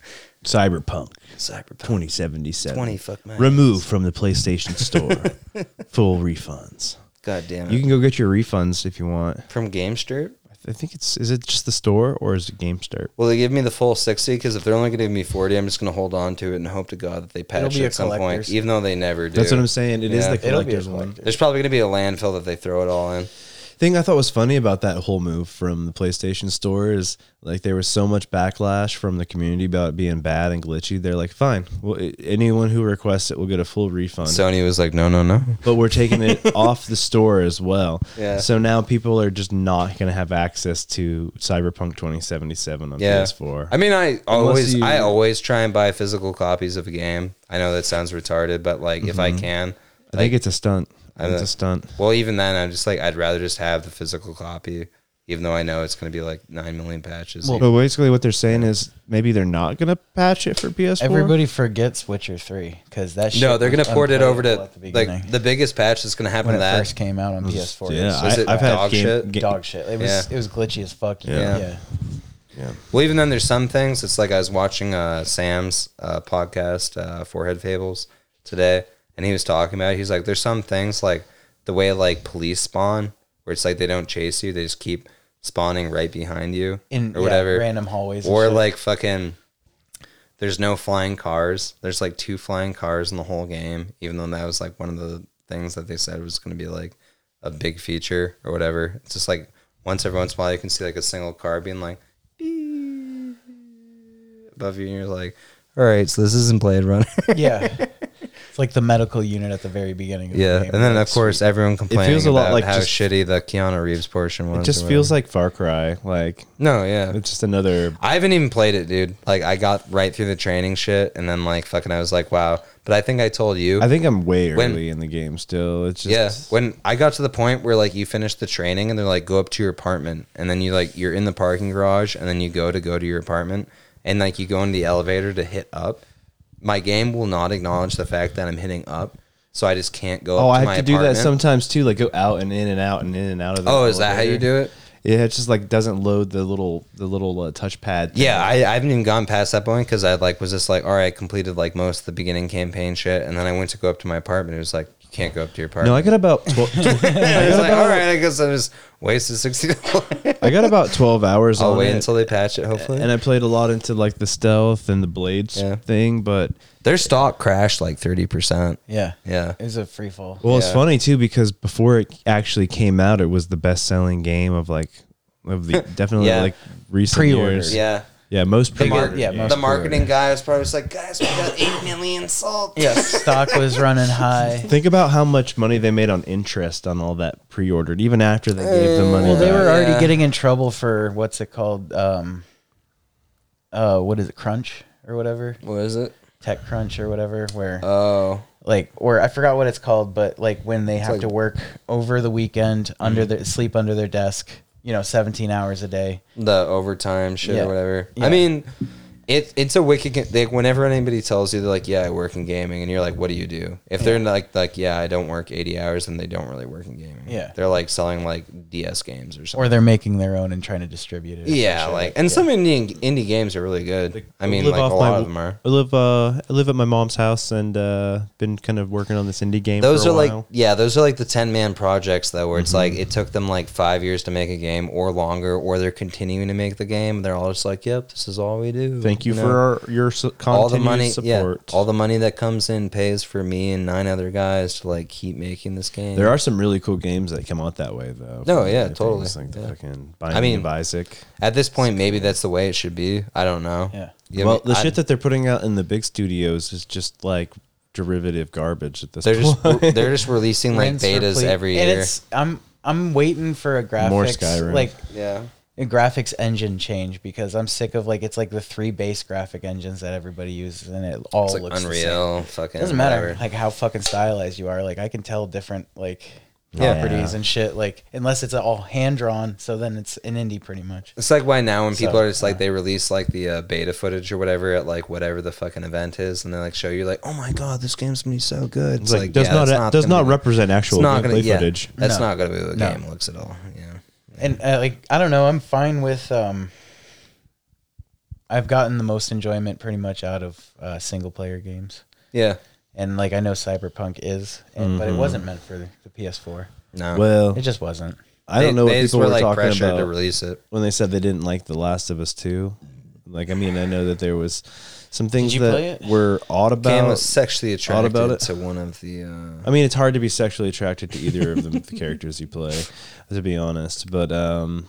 S2: Cyberpunk
S1: cyberpunk.
S2: 2077.
S1: 20 fuck my
S2: Removed from the PlayStation Store. Full refunds.
S1: God damn it.
S2: You can go get your refunds if you want.
S1: From GameStreet?
S2: I think it's is it just the store or is it GameStop?
S1: Will they give me the full 60? Because if they're only going to give me 40, I'm just going to hold on to it and hope to God that they patch
S3: be
S1: it
S3: a
S1: at some point,
S3: collector's.
S1: even though they never do.
S2: That's what I'm saying. It is
S1: Yeah.
S2: the
S3: It'll be a
S2: collector's one.
S1: There's probably going to be a landfill that they throw it all in.
S2: thing I thought was funny about that whole move from the PlayStation Store is like there was so much backlash from the community about it being bad and glitchy. They're like, fine, well, i- anyone who requests it will get a full refund,
S1: Sony was like, no, no, no.
S2: but we're taking it off the store as well.
S1: Yeah.
S2: So now people are just not going to have access to Cyberpunk 2077 on
S1: Yeah.
S2: PS4.
S1: I mean, I always,
S2: you-
S1: I always try and buy physical copies of a game. I know that sounds retarded, but like, if I can,
S2: Mm-hmm. I think it's a stunt.
S1: I
S2: It's
S1: know.
S2: a stunt.
S1: well, even then, I'm just like, I'd rather just have the physical copy, even though I know it's going to be like nine million patches.
S2: But basically, what they're saying is maybe they're not going to patch it for PS4.
S3: Everybody forgets Witcher Three because that. Shit
S1: no, they're going
S3: was
S1: to port it over to
S3: unplayable at the beginning.
S1: like the biggest patch that's going to happen to
S3: when it
S1: that.
S3: first came out on PS4.
S2: yeah,
S3: it
S2: I,
S1: was it
S2: I've had
S1: dog
S2: game- ga-
S1: shit?
S3: was dog shit. It was
S1: Yeah.
S3: it was glitchy as fuck. Yeah.
S2: Yeah.
S3: yeah.
S2: Yeah.
S1: Well, even then, there's some things. It's like I was watching uh, Sam's uh, podcast, uh, Forehead Fables, today, and he was talking about. It. He's like, there's some things like the way like police spawn, where it's like they don't chase you; they just keep spawning right behind you
S3: In
S1: or whatever.
S3: random hallways. and
S1: or
S3: shit.
S1: like fucking, there's no flying cars. There's like two flying cars in the whole game, even though that was like one of the things that they said was going to be like a big feature or whatever. It's just like once every once in a while you can see like a single car being like above you and you're like, all right, so this isn't Blade Runner.
S3: yeah, it's like the medical unit at the very beginning. Of
S1: yeah.
S3: the game.
S1: And then of course everyone complaining
S2: feels a lot
S1: about
S2: like
S1: how
S2: just-
S1: shitty the Keanu Reeves portion was.
S2: It just feels like Far Cry. Like
S1: No, yeah.
S2: it's just another.
S1: I haven't even played it, dude. Like I got right through the training shit and then like fucking I was like, wow. But I think I told you
S2: I think I'm way early
S1: When-
S2: in the game still. It's just
S1: Yeah, when I got to the point where like you finish the training and they're like go up to your apartment and then you like you're in the parking garage and then you go to go to your apartment and like you go into the elevator to hit up. My game will not acknowledge the fact that I'm hitting up, so I just can't go.
S2: Oh, I
S1: up to
S2: have
S1: my
S2: to do that
S1: apartment.
S2: sometimes too. Like go out and in and out and in and out of. The
S1: Oh, is that how you do it?
S2: Yeah, it just like doesn't load the little the little uh, touchpad. thing.
S1: Yeah, I, I haven't even gone past that point because I like was just like, all right, I completed like most of the beginning campaign shit, and then I went to go up to my apartment. It was like you can't go up to your apartment.
S2: No, I got about. 12,
S1: I
S2: I,
S1: was
S2: got
S1: like,
S2: about
S1: all right, I guess I just wasted sixty dollars.
S2: I got about twelve hours
S1: I'll
S2: on
S1: wait
S2: it,
S1: until they patch it. Hopefully,
S2: and I played a lot into like the stealth and the blades
S1: Yeah.
S2: thing. But
S1: Their stock crashed like 30%.
S3: yeah,
S1: Yeah.
S3: it was a free fall.
S2: well, it's
S1: Yeah.
S2: funny too because before it actually came out, it was the best selling game of like of the definitely
S1: Yeah.
S2: like recent
S3: Pre-order.
S2: years.
S1: Yeah.
S2: Yeah, most
S1: The,
S2: people.
S1: mar-
S3: yeah,
S1: the
S3: most people
S1: marketing guy was probably just like, guys, we got 8 million sold.
S3: Yeah, stock was running high.
S2: Think about how much money they made on interest on all that pre-ordered, even after they gave the money.
S3: Well, they
S2: back.
S3: were already
S1: Yeah.
S3: getting in trouble for what's it called? Um, uh, what is it? Crunch or whatever?
S1: What is it?
S3: Tech Crunch or whatever? Where
S1: Oh.
S3: like or I forgot what it's called, but like when they have
S1: like- Mhm.
S3: to work over the weekend under their sleep under their desk, you know, seventeen hours a day.
S1: The overtime shit
S3: Yeah.
S1: or whatever.
S3: Yeah.
S1: I mean, it, it's a wicked. Like, whenever anybody tells you, they're like, yeah, I work in gaming. And you're like, what do you do? If they're like, like, yeah, I don't work 80 hours, then they don't really work in gaming.
S3: Yeah.
S1: They're like selling like DS games or something.
S3: Or they're making their own and trying to distribute it. or some
S1: yeah,
S3: shit
S1: like, and
S3: that.
S1: some indie, indie games are really good. I mean,
S2: live
S1: like, a
S2: off my-
S1: lot of them are.
S2: I live uh I live at my mom's house and uh been kind of working on this indie game.
S1: Those
S2: for
S1: are
S2: a
S1: like
S2: while.
S1: yeah, those are like the ten man projects though, where it's
S3: Mm-hmm.
S1: like it took them like five years to make a game or longer, or they're continuing to make the game. They're all just like, "Yep, this is all we do."
S2: Thank you
S1: know?
S2: for our, your su-
S1: all the money.
S2: support.
S1: Yeah, all the money that comes in pays for me and nine other guys to like keep making this game.
S2: there are some really cool games that come out that way though.
S1: No,
S2: From
S1: yeah,
S2: the
S1: totally,
S2: things Like the
S1: yeah.
S2: fucking Binding
S1: mean,
S2: of Isaac.
S1: at this point, maybe that's the way it should be. I don't know.
S3: Yeah.
S1: You know
S2: well,
S1: what I
S2: the
S1: mean? I-
S2: shit that they're putting out in the big studios is just like derivative garbage at this
S1: they're just
S2: point.
S1: they're just releasing like
S3: Rinse,
S1: betas
S3: repeat.
S1: every
S3: And
S1: year.
S3: it's I'm I'm waiting for a graphics
S2: More Skyrim.
S3: like
S1: Yeah.
S3: a graphics engine change because I'm sick of like it's like the three base graphic engines that everybody uses and it all
S1: It's like
S3: looks the same.
S1: Unreal, fucking
S3: It doesn't matter
S1: whatever.
S3: like how fucking stylized you are. Like I can tell different like
S1: Yeah.
S3: properties and shit. Like unless it's all hand drawn, so then it's an indie pretty much.
S1: It's like why now when people
S3: So,
S1: are just like they release like the uh, beta footage or whatever at like whatever the fucking event is, and they like show you like, oh my god, this game's gonna be so good.
S2: It's like, does
S1: yeah,
S2: not,
S1: that's
S2: does
S1: gonna
S2: not
S1: be-
S2: represent
S1: it's
S2: actual
S1: not gonna
S2: gameplay
S1: yeah,
S2: footage.
S1: That's
S3: No.
S1: not gonna be what the
S3: No.
S1: game looks at all. Yeah,
S3: And uh, like I don't know, I'm fine with. um I've gotten the most enjoyment pretty much out of uh, single player games,
S1: yeah,
S3: and like I know Cyberpunk is, and, but it
S1: Mm-hmm.
S3: wasn't meant for the, the PS4.
S1: no.
S2: Well,
S3: It just wasn't.
S2: I don't
S1: They-
S2: know what
S1: they just
S2: people were, talking
S1: pressured
S2: about
S1: to release it.
S2: when they said they didn't like The Last of Us Two. Like, I mean, I know that there was some things
S3: you play
S2: that
S3: it?
S2: were odd about.
S1: Cam was sexually attracted
S2: about it?
S1: to one of the. Uh,
S2: I mean, it's hard to be sexually attracted to either of the, the characters you play, to be honest. But um,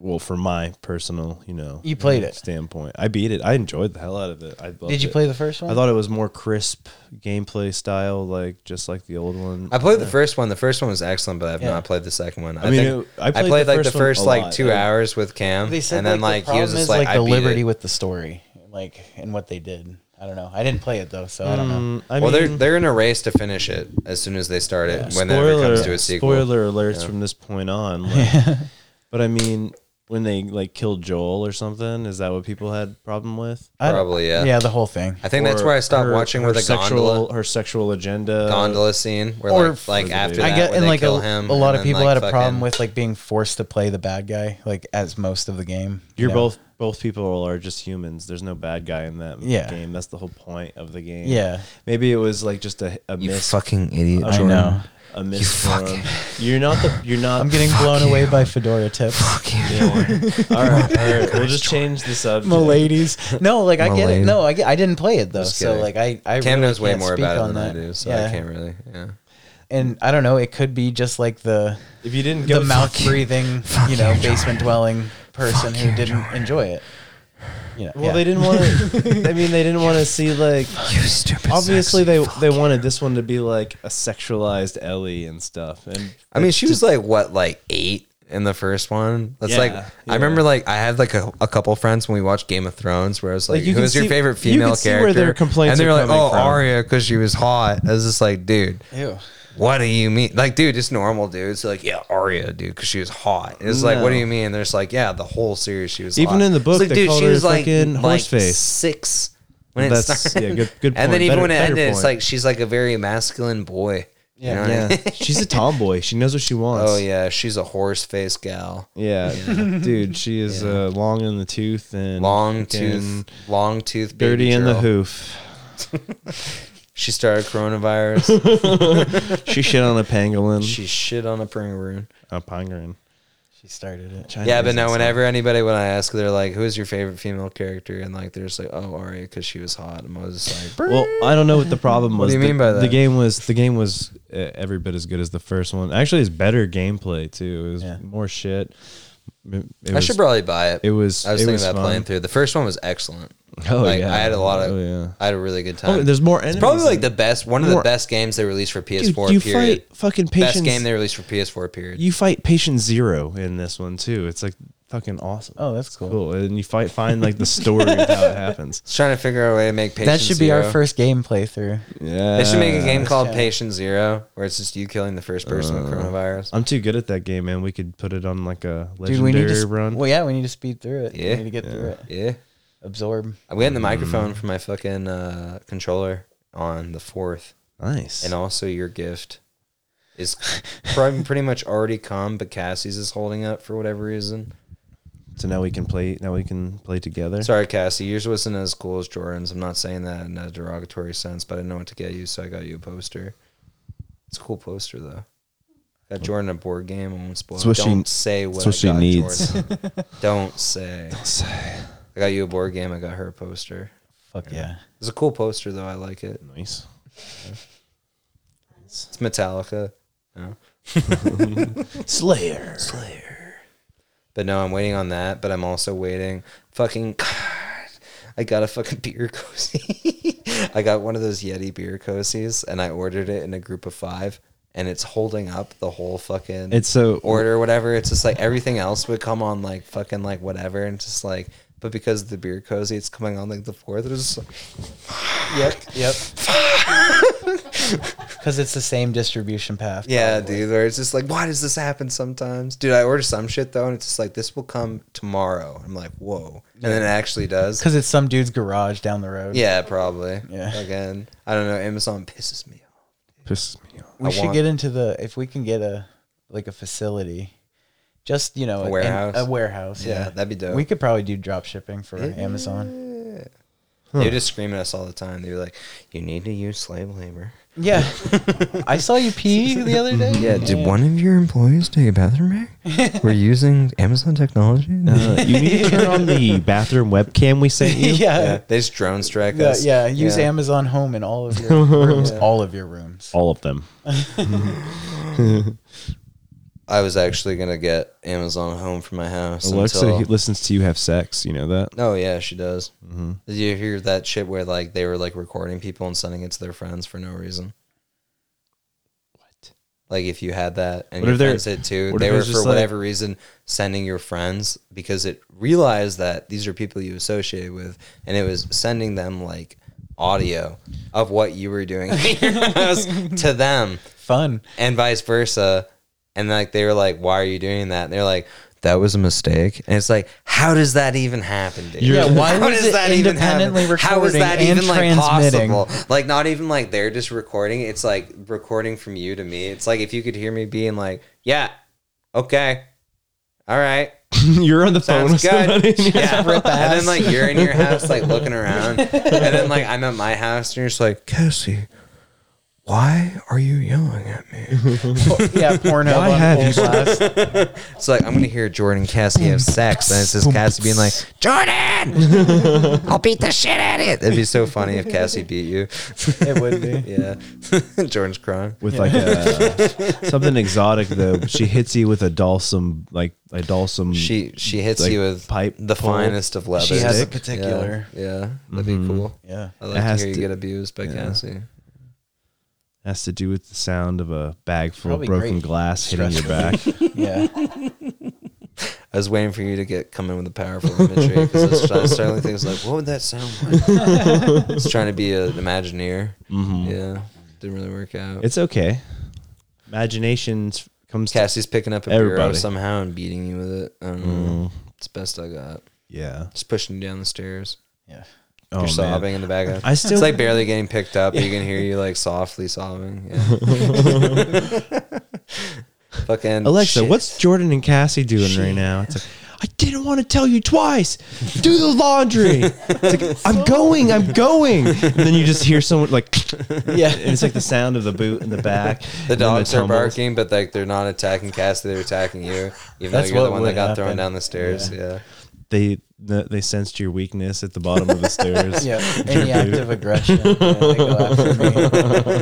S2: well, for my personal, you know,
S3: You played it.
S2: standpoint, I beat it. I enjoyed the hell out of it. I loved
S3: Did you
S2: it.
S3: play the first one?
S2: I thought it was more crisp gameplay style, like just like the old one.
S1: I played the first one. The first one was excellent, but I've
S3: Yeah.
S1: not played the second one. I,
S2: mean,
S1: think
S2: it- I played the
S1: like the
S2: first one
S1: first
S2: a
S1: like
S2: lot.
S1: two
S2: I-
S1: hours with Cam,
S3: They said
S1: and then like,
S3: like, the
S1: he
S3: problem
S1: was just
S3: is
S1: like,
S3: like,
S1: I
S3: the
S1: beat
S3: liberty
S1: it.
S3: with the story, like and what they did. I don't know. I didn't play it though, so I don't know.
S2: Mm, I
S1: well, they're
S2: mean-
S1: they're in a race to finish it as soon as they start it. When that
S2: spoiler,
S1: comes to a sequel,
S2: spoiler alerts from this point on. like- but I mean, when they like killed Joel or something, is that what people had problem with?
S3: I-
S1: probably yeah.
S3: Yeah, the whole thing.
S1: I think that's
S2: Or
S1: where I stopped
S2: her-
S1: watching
S2: her
S1: with a
S2: sexual, uh,
S1: gondola
S2: her sexual agenda.
S1: gondola scene where
S3: Or
S1: like, like
S2: f-
S1: after
S2: I
S1: that
S3: I get
S1: when
S3: and
S1: they
S3: like
S1: kill
S3: a,
S1: him,
S3: a lot of
S1: and then,
S3: people
S1: like,
S3: had a problem
S1: fucking-
S3: with like being forced to play the bad guy, like as most of the game. you
S2: You're
S3: know?
S2: both both people are just humans. There's no bad guy in that
S3: Yeah.
S2: game. That's the whole point of the game.
S3: Yeah,
S2: Maybe it was like just a, a
S1: you
S2: miss.
S1: fucking idiot.
S2: a-
S3: I know.
S2: A miss. for 'em. You're not the. You're not.
S3: I'm getting blown away by fedora tips,
S2: All right. All right. We'll just change the subject.
S3: miladies. No, like I get
S1: Milady.
S3: it. No, I, get, I didn't play it though,
S1: Just
S3: so
S1: kidding.
S3: like I I
S1: Cam
S3: really
S1: knows way
S3: can't
S1: more
S3: speak
S1: about it
S3: on
S1: than I
S3: that.
S1: do, so
S3: yeah.
S1: I can't really. Yeah.
S3: And I don't know. It could be just like the
S2: If you didn't give
S3: the
S2: a
S3: mouth
S2: fuck-
S3: breathing, you know, basement dwelling person who didn't enjoy it. You know,
S2: Well,
S3: yeah.
S2: they didn't want to. I mean, they didn't want to see like.
S1: You stupid.
S2: Obviously, they they wanted this one to be like a sexualized Ellie and stuff. And
S1: I mean, she was like what, like eight in the first one. That's
S2: Yeah,
S1: like
S2: yeah.
S1: I remember, like I had like a, a couple friends when we watched Game of Thrones, where I was like,
S2: Like, you
S1: "Who
S2: can
S1: is your
S2: see-
S1: favorite
S2: you can
S1: female
S2: see
S1: character?"
S2: where their complaints
S1: and they're
S2: are
S1: like,
S2: coming
S1: "Oh,
S2: from."
S1: Arya, because she was hot." I was just like, "Dude,
S3: Ew.
S1: what do you mean?" Like, dude, it's normal, dude. It's like, yeah, Arya, dude, because she was hot. It's like, what do
S2: No.
S1: you mean? There's like, yeah, the whole series, she was
S2: Even
S1: hot.
S2: in the
S1: It's
S2: book,
S1: like,
S2: they
S1: dude,
S2: called
S1: she
S2: her
S1: was like,
S2: fucking
S1: like
S2: horseface.
S1: six when it
S2: That's-
S1: started.
S2: yeah, good- good
S1: And then
S2: point.
S1: even
S2: Better-
S1: when it
S2: better
S1: ended, it's
S2: point.
S1: like she's like a very masculine boy. You know what I mean?
S2: yeah, she's a tomboy. She knows what she wants.
S1: Oh yeah, she's a horse face gal.
S2: Yeah, dude, she is uh, long in the tooth and
S1: Long
S2: fucking
S1: tooth, long tooth, baby
S2: dirty in the
S1: girl.
S2: hoof.
S1: She started coronavirus.
S2: She shit on a pangolin.
S1: she shit on a pringaroon.
S2: a pangolin.
S3: She started it.
S1: Yeah, but no. Whenever anybody, when I ask, they're like, "Who is your favorite female character?" And like, they're just like, "Oh, Arya, because she was hot." And I was just like,
S2: Well, I don't know what the problem was.
S1: What do you
S2: The-
S1: mean by that?
S2: The game was the game was uh, every bit as good as the first one. Actually, it's better gameplay too. It was
S3: Yeah.
S2: more shit. It- it
S1: "I
S2: was-
S1: should probably buy it."
S2: It was.
S1: I was
S2: it
S1: thinking
S2: was
S1: about
S2: fun.
S1: playing through. The first one was excellent.
S2: Oh
S1: Like,
S2: yeah,
S1: I had a lot of.
S2: Oh yeah.
S1: I had a really good time.
S2: Oh, there's more enemies.
S1: it's probably like
S2: in-
S1: the best, one of the
S2: more-
S1: best games they released for PS4.
S2: dude. You
S1: period.
S2: fight fucking
S1: best
S2: patients.
S1: game they released for PS4. Period.
S2: you fight patient zero in this one too. It's like fucking awesome.
S3: Oh, that's cool.
S2: cool. And you fight find like the story of how it happens.
S1: Just trying to figure out a way to make patient
S3: That should be our
S1: zero.
S3: first game playthrough.
S2: Yeah.
S1: They should make a game called
S3: yeah.
S1: Patient Zero, where it's just you killing the first person with coronavirus.
S2: Uh, I'm too good at that game, man. We could put it on like a legendary
S3: Dude, we need to sp-
S2: run.
S3: Well, yeah, we need to speed through it.
S1: Yeah.
S3: we need to get through it.
S1: Yeah,
S3: Absorb.
S1: I'm
S2: Mm.
S1: getting the microphone for my fucking uh, controller on the fourth,
S2: Nice.
S1: and also your gift is probably pretty much already come, but Cassie's is holding up for whatever reason.
S2: so now we can play. Now we can play together.
S1: Sorry, Cassie, yours wasn't as cool as Jordan's. I'm not saying that in a derogatory sense, but I didn't know what to get you, so I got you a poster. It's a cool poster though. Got Jordan a board game. I won't spoil.
S2: It's what she-
S1: Don't say what,
S2: it's what
S1: I
S2: she
S1: got
S2: needs.
S1: Jordan. Don't say. I got you a board game. I got her a poster.
S3: Fuck yeah.
S1: It's a cool poster though. I like it.
S2: Nice.
S1: It's Metallica. No.
S2: Slayer. Slayer.
S1: But no, I'm waiting on that. But I'm also waiting. Fucking God, I got a fucking beer cozy. I got one of those Yeti beer cozies, and I ordered it in a group of five, and it's holding up the whole fucking
S2: It's so-
S1: order or whatever. It's just like everything else would come on like fucking like whatever, and just like. But because of the beer cozy, it's coming on like the fourth. It's just like,
S3: Yep. Yep. because it's the same distribution path.
S1: Yeah,
S3: probably.
S1: dude. Where it's just like, why does this happen sometimes? Dude, I order some shit though, and it's just like, this will come tomorrow. I'm like, whoa, and then it actually does.
S3: Because it's some dude's garage down the road.
S1: Yeah, probably.
S3: Yeah.
S1: Again, I don't know. Amazon pisses me off.
S2: Pisses me off.
S3: we
S1: I
S3: should
S1: want-
S3: get into the if we can get a like a facility, just you know, an-
S1: warehouse?
S3: a warehouse.
S1: Yeah,
S3: Yeah,
S1: that'd be dope.
S3: We could probably do drop shipping for Amazon.
S1: They're just screaming at us all the time. They're like, you need to use slave labor.
S3: Yeah, I saw you pee the other day.
S1: Yeah. Did one of your employees take a bathroom break? We're using Amazon technology.
S2: Uh, you need to turn on the bathroom webcam we sent you.
S3: yeah.
S1: yeah, they just drone strike
S3: Yeah,
S1: us.
S3: yeah, use
S1: Yeah.
S3: Amazon Home in all of your rooms.
S1: Yeah.
S3: All of your rooms.
S2: All of them.
S1: I was actually gonna get Amazon home from my house.
S2: Alexa
S1: until-
S2: he listens to you have sex. You know that? Mm-hmm.
S1: Oh yeah, she does. Did you hear that shit where like they were like recording people and sending it to their friends for no reason?
S2: What?
S1: Like if you had that and
S2: What
S1: your
S2: if they're-
S1: friends did too,
S2: what
S1: they
S2: if
S1: were
S2: it's
S1: for
S2: just like-
S1: whatever reason sending your friends because it realized that these are people you associate with, and it was sending them like audio of what you were doing at your house to them
S3: Fun.
S1: and vice versa. And like they were like, "Why are you doing that?" And they're like, "That was a mistake." And it's like, how does that even happen, dude?
S2: You're- Yeah,
S3: why
S1: how
S3: was
S1: does
S3: it
S1: that even
S3: independently
S1: happen? How is
S3: recording
S1: that
S3: and
S1: even like
S3: transmitting?
S1: possible? Like not even like they're just recording. It's like recording from you to me. It's like if you could hear me being like, "Yeah, okay, all right."
S2: You're on the phone with
S1: Sounds
S2: somebody.
S1: good. Yeah. and
S3: rip
S1: then
S3: ass.
S1: like you're in your house, like looking around, and then like I'm at my house, and you're just like, Cassie, why are you yelling at me?
S3: Yeah, Pornhub
S2: Why
S3: on
S2: have
S3: full
S2: you-
S3: blast.
S1: It's like I'm gonna hear Jordan Cassie have sex, and it's just Cassie being like, Jordan, I'll beat the shit out of it. It'd be so funny if Cassie beat you.
S3: It would be.
S1: yeah, Jordan's crying.
S2: With like a, something exotic though. She hits you with a dulcum, like a dulcum.
S1: She she hits
S2: Like
S1: you with
S2: pipe
S1: the
S2: pole.
S1: finest of leather.
S3: She has a
S2: Stick?
S3: particular.
S1: Yeah, yeah, that'd be cool.
S3: Yeah.
S2: Mm-hmm.
S1: I
S2: It
S1: like to
S2: has
S1: hear you
S2: to-
S1: get abused by Cassie.
S2: has to do with the sound of a bag full
S3: Probably
S2: of broken
S3: great
S2: glass hitting your back.
S3: Yeah.
S1: I was waiting for you to get come in with a powerful imagery because I was certainly things like, what would that sound like? I was trying to be an Imagineer. Yeah, didn't really work out.
S2: Mm-hmm. it's okay. Imaginations comes. To,
S1: Cassie's picking up a bureau
S2: Everybody. Mm-hmm.
S1: somehow and beating you with it. I don't know. It's the best I got.
S2: yeah.
S1: Just pushing you down the stairs.
S3: Yeah.
S2: Oh,
S1: You're
S2: man.
S1: sobbing in the background.
S2: I still-
S1: it's like barely getting picked up. but You can hear you like softly sobbing. Yeah. Fucking
S2: Alexa,
S1: shit.
S2: what's Jordan and Cassie doing right now? It's like, I didn't want to tell you twice. Do the laundry. It's like, I'm going, I'm going. And then you just hear someone like, yeah, and it's like the sound of the boot in the back.
S1: The
S2: and then
S1: dogs are
S2: tumbles.
S1: barking, but like they're not attacking Cassie. They're attacking you, even
S3: That's
S1: though you're the one
S3: what
S1: that
S3: would
S1: got
S3: happen.
S1: thrown down the stairs. Yeah.
S2: They they sensed your weakness at the bottom of the stairs.
S3: Yeah. Any act of aggression. yeah, they go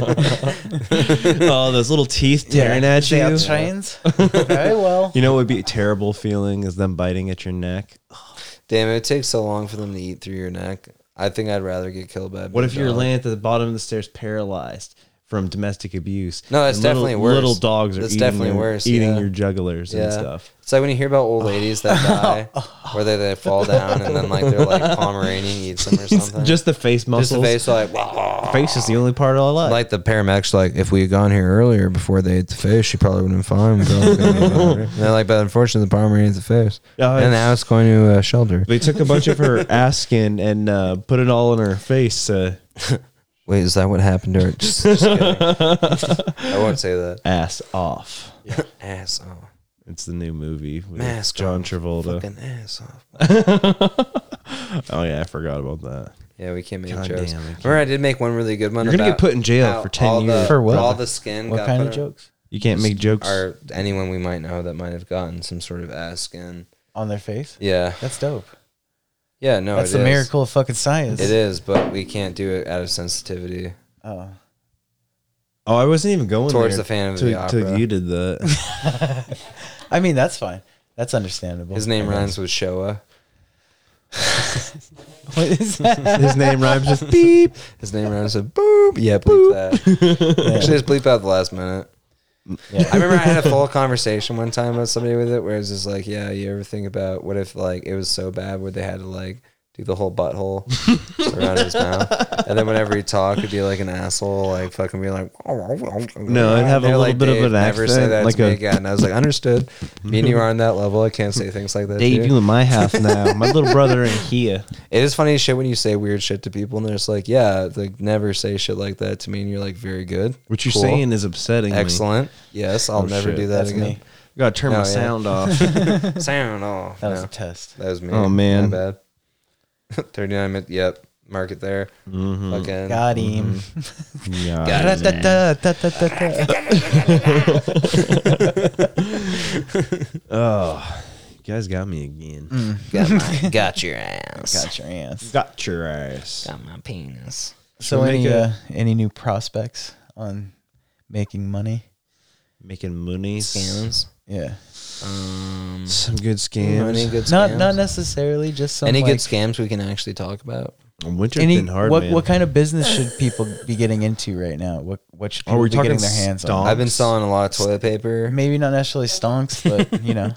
S3: after me.
S2: Oh, those little teeth tearing
S3: yeah.
S2: at
S3: They have
S2: you.
S3: chains. okay, well.
S2: You know what would be a terrible feeling is them biting at your neck.
S1: Damn, it takes so long for them to eat through your neck. I think I'd rather get killed by. A
S2: What
S1: big
S2: if you're
S1: dog.
S2: laying at the bottom of the stairs paralyzed from domestic abuse?
S1: No, that's
S2: and little-
S1: definitely worse.
S2: Little dogs are
S1: That's
S2: eating,
S1: definitely
S2: your,
S1: worse,
S2: eating
S1: yeah.
S2: your jugglers and stuff.
S1: It's like when you hear about old ladies that die, where they, they fall down and then like they're like Pomeranian eats them or something.
S2: Just the face
S1: Just the
S2: muscles.
S1: face, like "Wah."
S2: Face is the only part I like.
S1: like the paramedics, like if we had gone here earlier before they ate the face, she probably wouldn't have been fine. and they're like, but unfortunately, the Pomeranian ate the face,
S2: Oh,
S1: and
S2: it's-
S1: now it's going to uh, shelter.
S2: they took a bunch of her ass skin and uh, put it all in her face. Uh,
S1: Wait, is that what happened to her? Just, just kidding. I won't say that.
S2: ass off.
S1: Ass off,
S2: It's the new movie with
S1: Mask
S2: John
S1: off.
S2: Travolta.
S1: fucking ass off.
S2: Oh yeah, I forgot about that.
S1: Yeah, we can't make
S2: God
S1: jokes.
S2: damn, we can't.
S1: Remember, I did make one really good one.
S2: You're gonna get
S1: about
S2: put in jail
S1: how
S2: for 10
S1: all the-
S2: years.
S3: For what?
S1: All the skin.
S3: What
S1: got
S3: kind
S1: put
S3: of
S1: on-
S3: jokes?
S2: You can't make jokes.
S1: or anyone we might know that might have gotten some sort of ass skin.
S3: On their face?
S1: Yeah,
S3: That's dope.
S1: yeah, no,
S3: That's
S1: it is.
S3: the miracle of fucking science.
S1: It is, but we can't do it out of sensitivity
S3: Oh.
S2: oh, I wasn't even going
S1: towards
S2: there
S1: the fan of
S2: till-
S1: the
S2: till
S1: opera.
S2: you did that.
S3: I mean, that's fine. That's understandable.
S1: His name rhymes with Showa.
S3: What is that?
S2: His name rhymes with beep.
S1: His name rhymes with boop. Yeah, bleep that. Actually, just bleep out the last minute.
S2: Mm,
S3: Yeah.
S1: I remember I had a full conversation one time with somebody with it, where it's just like, yeah, you ever think about what if like it was so bad where they had to like do the whole butthole around his mouth, and then whenever he talk, it'd be like an asshole, like fucking be like. "Oh,
S2: No, it'd have a
S1: They're
S2: little bit of
S1: "Dave,
S2: an
S1: Never say
S2: accent,
S1: that
S2: like
S1: to me
S2: a-
S1: again. And I was like, understood. Me and you are on that level. I can't say things like that.
S2: They
S1: to you.
S2: do in my house now. My little brother in here.
S1: It is funny as shit when you say weird shit to people, and they're just like, "Yeah, like never say shit like that to me." And you're like, "Very good."
S2: What you're
S1: Cool.
S2: saying is upsetting. me.
S1: excellent. Yes, I'll
S2: Oh,
S1: never
S2: shit.
S1: do that
S3: That's
S1: again.
S3: me.
S2: I gotta turn
S1: Oh,
S2: my
S1: yeah.
S2: sound off.
S1: Sound off.
S3: That was
S1: No.
S3: a test.
S1: That was me.
S2: Oh, man.
S1: my bad. Thirty nine minutes. Yep, mark it there.
S2: Mm-hmm.
S1: Fucking
S3: Got him.
S1: Mm-hmm.
S2: yeah. Oh, you guys got me again.
S1: got, my, got your ass.
S3: Got your ass.
S2: Mm. Got your ass.
S1: Got my penis.
S3: So
S2: we make
S3: any
S2: a-
S3: uh, any new prospects on making money?
S2: Making money.
S1: Scams.
S3: Yeah,
S1: Um,
S2: Some good
S1: any
S2: scams.
S1: good scams?
S3: not not necessarily just some
S1: any
S3: like,
S1: good scams we can actually talk about?
S2: Winter's
S3: any
S2: been hard,
S3: what
S2: man.
S3: what kind of business should people be getting into right now? What what should
S2: Are
S3: people
S2: we
S3: be getting
S2: talking
S3: their hands
S2: stonks?
S3: on?
S1: I've been selling a lot of toilet paper.
S3: Maybe not necessarily stonks, but you know,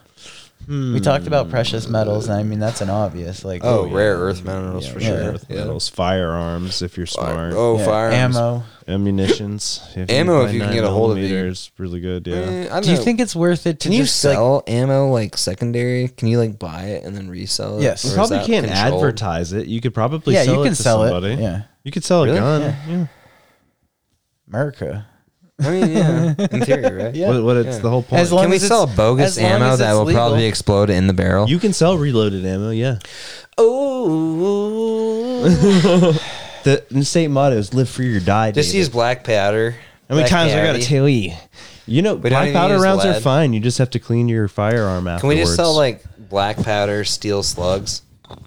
S3: we talked about precious metals, and I mean that's an obvious like
S1: Hmm. Oh, rare earth minerals for
S2: Yeah,
S1: sure.
S2: earth
S1: Yeah.
S2: metals, firearms. If you're smart,
S1: Oh,
S3: yeah,
S1: firearms.
S3: ammo.
S2: ammunitions. If
S1: Ammo, if
S2: find
S1: you can
S2: nine
S1: get a hold of it, you-
S2: millimeters, really good. Yeah.
S1: Eh, I don't
S3: Do you
S1: know.
S3: think it's worth it to
S1: Can you
S3: just like
S1: sell ammo like secondary? Can you like buy it and then resell it?
S3: Yes.
S1: Or
S2: You
S3: You
S1: is
S2: probably
S1: that
S2: can't
S1: controlled?
S2: advertise it. You could probably
S3: yeah,
S2: sell
S3: you
S2: it
S3: can
S2: to
S3: sell
S2: somebody.
S3: it. Yeah,
S2: You could sell a
S1: Really?
S2: gun. Yeah.
S3: America.
S1: I mean, yeah, in theory, right?
S2: What, what it's
S1: Yeah.
S2: the whole point.
S3: As long-
S1: Can we
S3: as it's-
S1: sell bogus
S3: as long
S1: ammo
S3: as
S1: that
S3: it's
S1: will
S3: legal.
S1: probably explode in the barrel?
S2: you can sell reloaded ammo. Yeah.
S1: oh,
S2: The the state motto is "Live free or die."
S1: just
S2: David.
S1: use black powder.
S2: How many
S1: Black
S2: times I gotta
S1: powder.
S2: tell you? You know,
S1: don't
S2: black
S1: even
S2: powder
S1: use
S2: rounds are
S1: lead.
S2: fine. You just have to clean your firearm
S1: Can
S2: afterwards.
S1: we just sell like black powder steel slugs?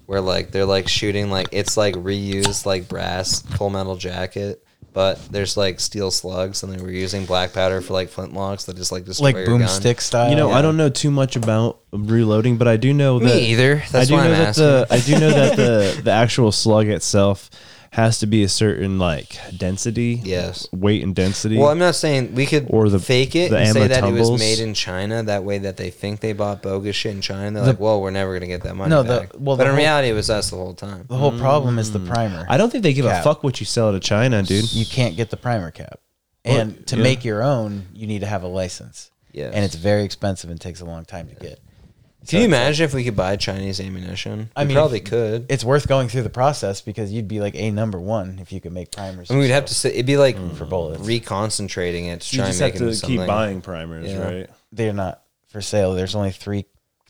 S1: Where like they're like shooting like it's like reused like brass full metal jacket, but there's like steel slugs and they were using black powder for like flintlocks that just like destroy
S3: Like
S1: your gun.
S3: boomstick style.
S2: You know,
S1: Oh, yeah.
S2: I don't know too much about reloading, but I do know
S1: Me
S2: that
S1: either. That's
S2: I do
S1: why
S2: know
S1: I'm
S2: that
S1: asking.
S2: the I do know that the the actual slug itself has to be a certain like density,
S1: Yes.
S2: weight and density.
S1: Well, I'm not saying we could
S2: Or the-
S1: fake it
S2: the
S1: and say
S2: ammo
S1: that it was
S2: tumbles.
S1: made in China. That way, that they think they bought bogus shit in China. They're like, "Well, we're never gonna get that money
S3: No, the-
S1: back."
S3: well,
S1: but
S3: the
S1: in
S3: whole-
S1: reality, it was us the whole time.
S3: The whole problem is the
S1: Hmm.
S3: primer.
S2: I don't think they give
S3: Cap.
S2: a fuck what you sell to China, dude.
S3: you can't get the primer cap. And
S2: Well,
S3: to
S2: yeah.
S3: make your own, you need to have a license.
S1: Yes.
S3: And it's very expensive and takes a long time to get.
S1: Can you imagine if we could buy Chinese ammunition?
S3: I
S1: I
S3: mean,
S1: mean, probably
S3: if-
S1: could.
S3: It's worth going through the process because you'd be like a number one if you could make primers.
S1: I mean, we'd have to.
S3: yourself.
S1: Say, it'd be like
S3: Mm, For bullets.
S1: reconcentrating it to
S2: You just
S1: try and
S2: have
S1: make it
S2: to
S1: into something.
S2: keep buying primers,
S1: Yeah.
S2: right?
S3: They're not for sale. There's only three.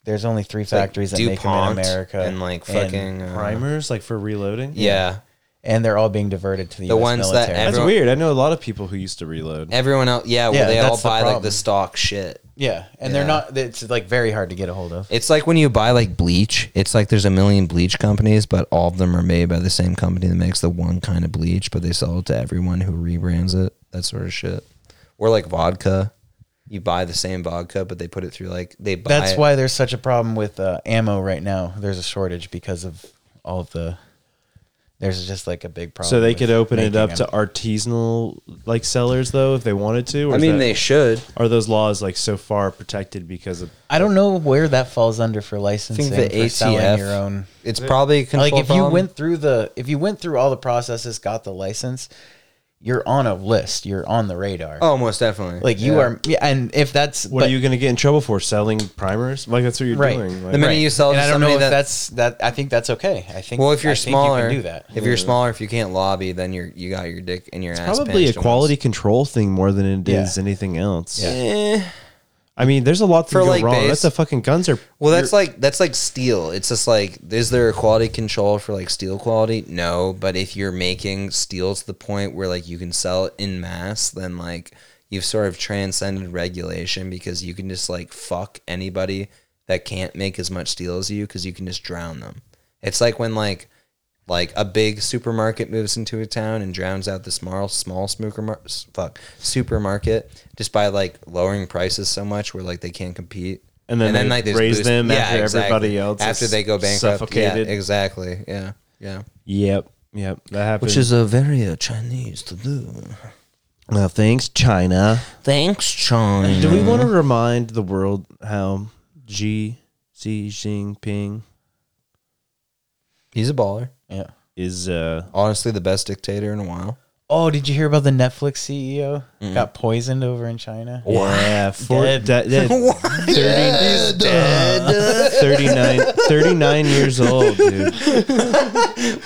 S3: There's only three
S1: like
S3: factories that make them in
S1: DuPont
S3: America,
S1: and, like, fucking, uh,
S2: Primers, like for reloading.
S1: Yeah,
S3: and they're all being diverted to the,
S1: The
S3: US
S1: ones that
S3: military.
S2: that's
S1: everyone-
S2: weird. I know a lot of people who used to reload.
S1: everyone else. Yeah, well,
S3: Yeah,
S1: they all
S3: that's the
S1: buy like the
S3: problem.
S1: stock shit.
S3: yeah, and
S1: Yeah.
S3: they're not. It's like very hard to get a hold of.
S1: It's like when you buy like bleach. It's like there's a million bleach companies, but all of them are made by the same company that makes the one kind of bleach, but they sell it to everyone who rebrands it. That sort of shit. Or like vodka. You buy the same vodka, but they put it through like they buy.
S3: That's
S1: it-
S3: why there's such a problem with uh, ammo right now. There's a shortage because of all of the. There's just like a big problem.
S2: So they
S3: with
S2: could open it
S3: making
S2: up
S3: them.
S2: to artisanal like sellers though, if they wanted to. Or
S1: I
S2: is
S1: mean,
S2: that-
S1: they should.
S2: are those laws like so far protected because of
S3: I don't know where that falls under for
S1: I
S3: licensing.
S1: think the
S3: for selling
S1: ATF.
S3: your own.
S1: It's probably controlled
S3: Like if you
S1: problem.
S3: went through the if you went through all the processes, got the license, you're on a list. You're on the radar.
S1: Oh, most definitely.
S3: like you
S1: Yeah.
S3: are. Yeah, and if that's
S2: what
S3: but-
S2: are you going to get in trouble for selling primers? Like that's what you're
S3: Right.
S2: doing. Like,
S1: The minute you sell
S3: And
S1: to
S3: I don't know
S1: somebody
S3: if
S1: that-
S3: that's that. I think that's okay. I think.
S1: Well, if you're
S3: I think you can
S1: smaller,
S3: do that.
S1: If you're smaller, if you can't lobby, then you're you got your dick in your ass.
S2: probably a
S1: pinched
S2: quality control thing more than it
S3: Yeah.
S2: is anything else.
S3: Yeah.
S1: almost. Eh.
S2: I mean, there's a lot that
S1: For,
S2: can go
S1: like,
S2: wrong.
S1: base-
S2: That's the fucking guns are.
S1: Well, that's like that's like steel. It's just like, is there a quality control for like steel quality? No, but if you're making steel to the point where like you can sell it in mass, then like you've sort of transcended regulation because you can just like fuck anybody that can't make as much steel as you because you can just drown them. It's like when like like a big supermarket moves into a town and drowns out the small small smooker mar- s- fuck supermarket just by like lowering prices so much where like they can't compete
S2: And then they
S1: there's
S2: raise them after everybody else
S1: after
S2: is
S1: they go bankrupt
S2: suffocated.
S1: yeah exactly yeah yeah
S2: Yep. Yep. That happened.
S1: which is a very uh, Chinese to do
S2: well, thanks China.
S1: thanks China
S2: Do we want to remind the world how G Xi Jinping
S1: He's a baller.
S3: Yeah.
S2: is uh
S1: Honestly, the best dictator in a while.
S3: Oh, did you hear about the Netflix CEO got poisoned over in China?
S2: yeah, four,
S3: Dead.
S2: de- dead. 30, dead. 39, 39 years old, dude.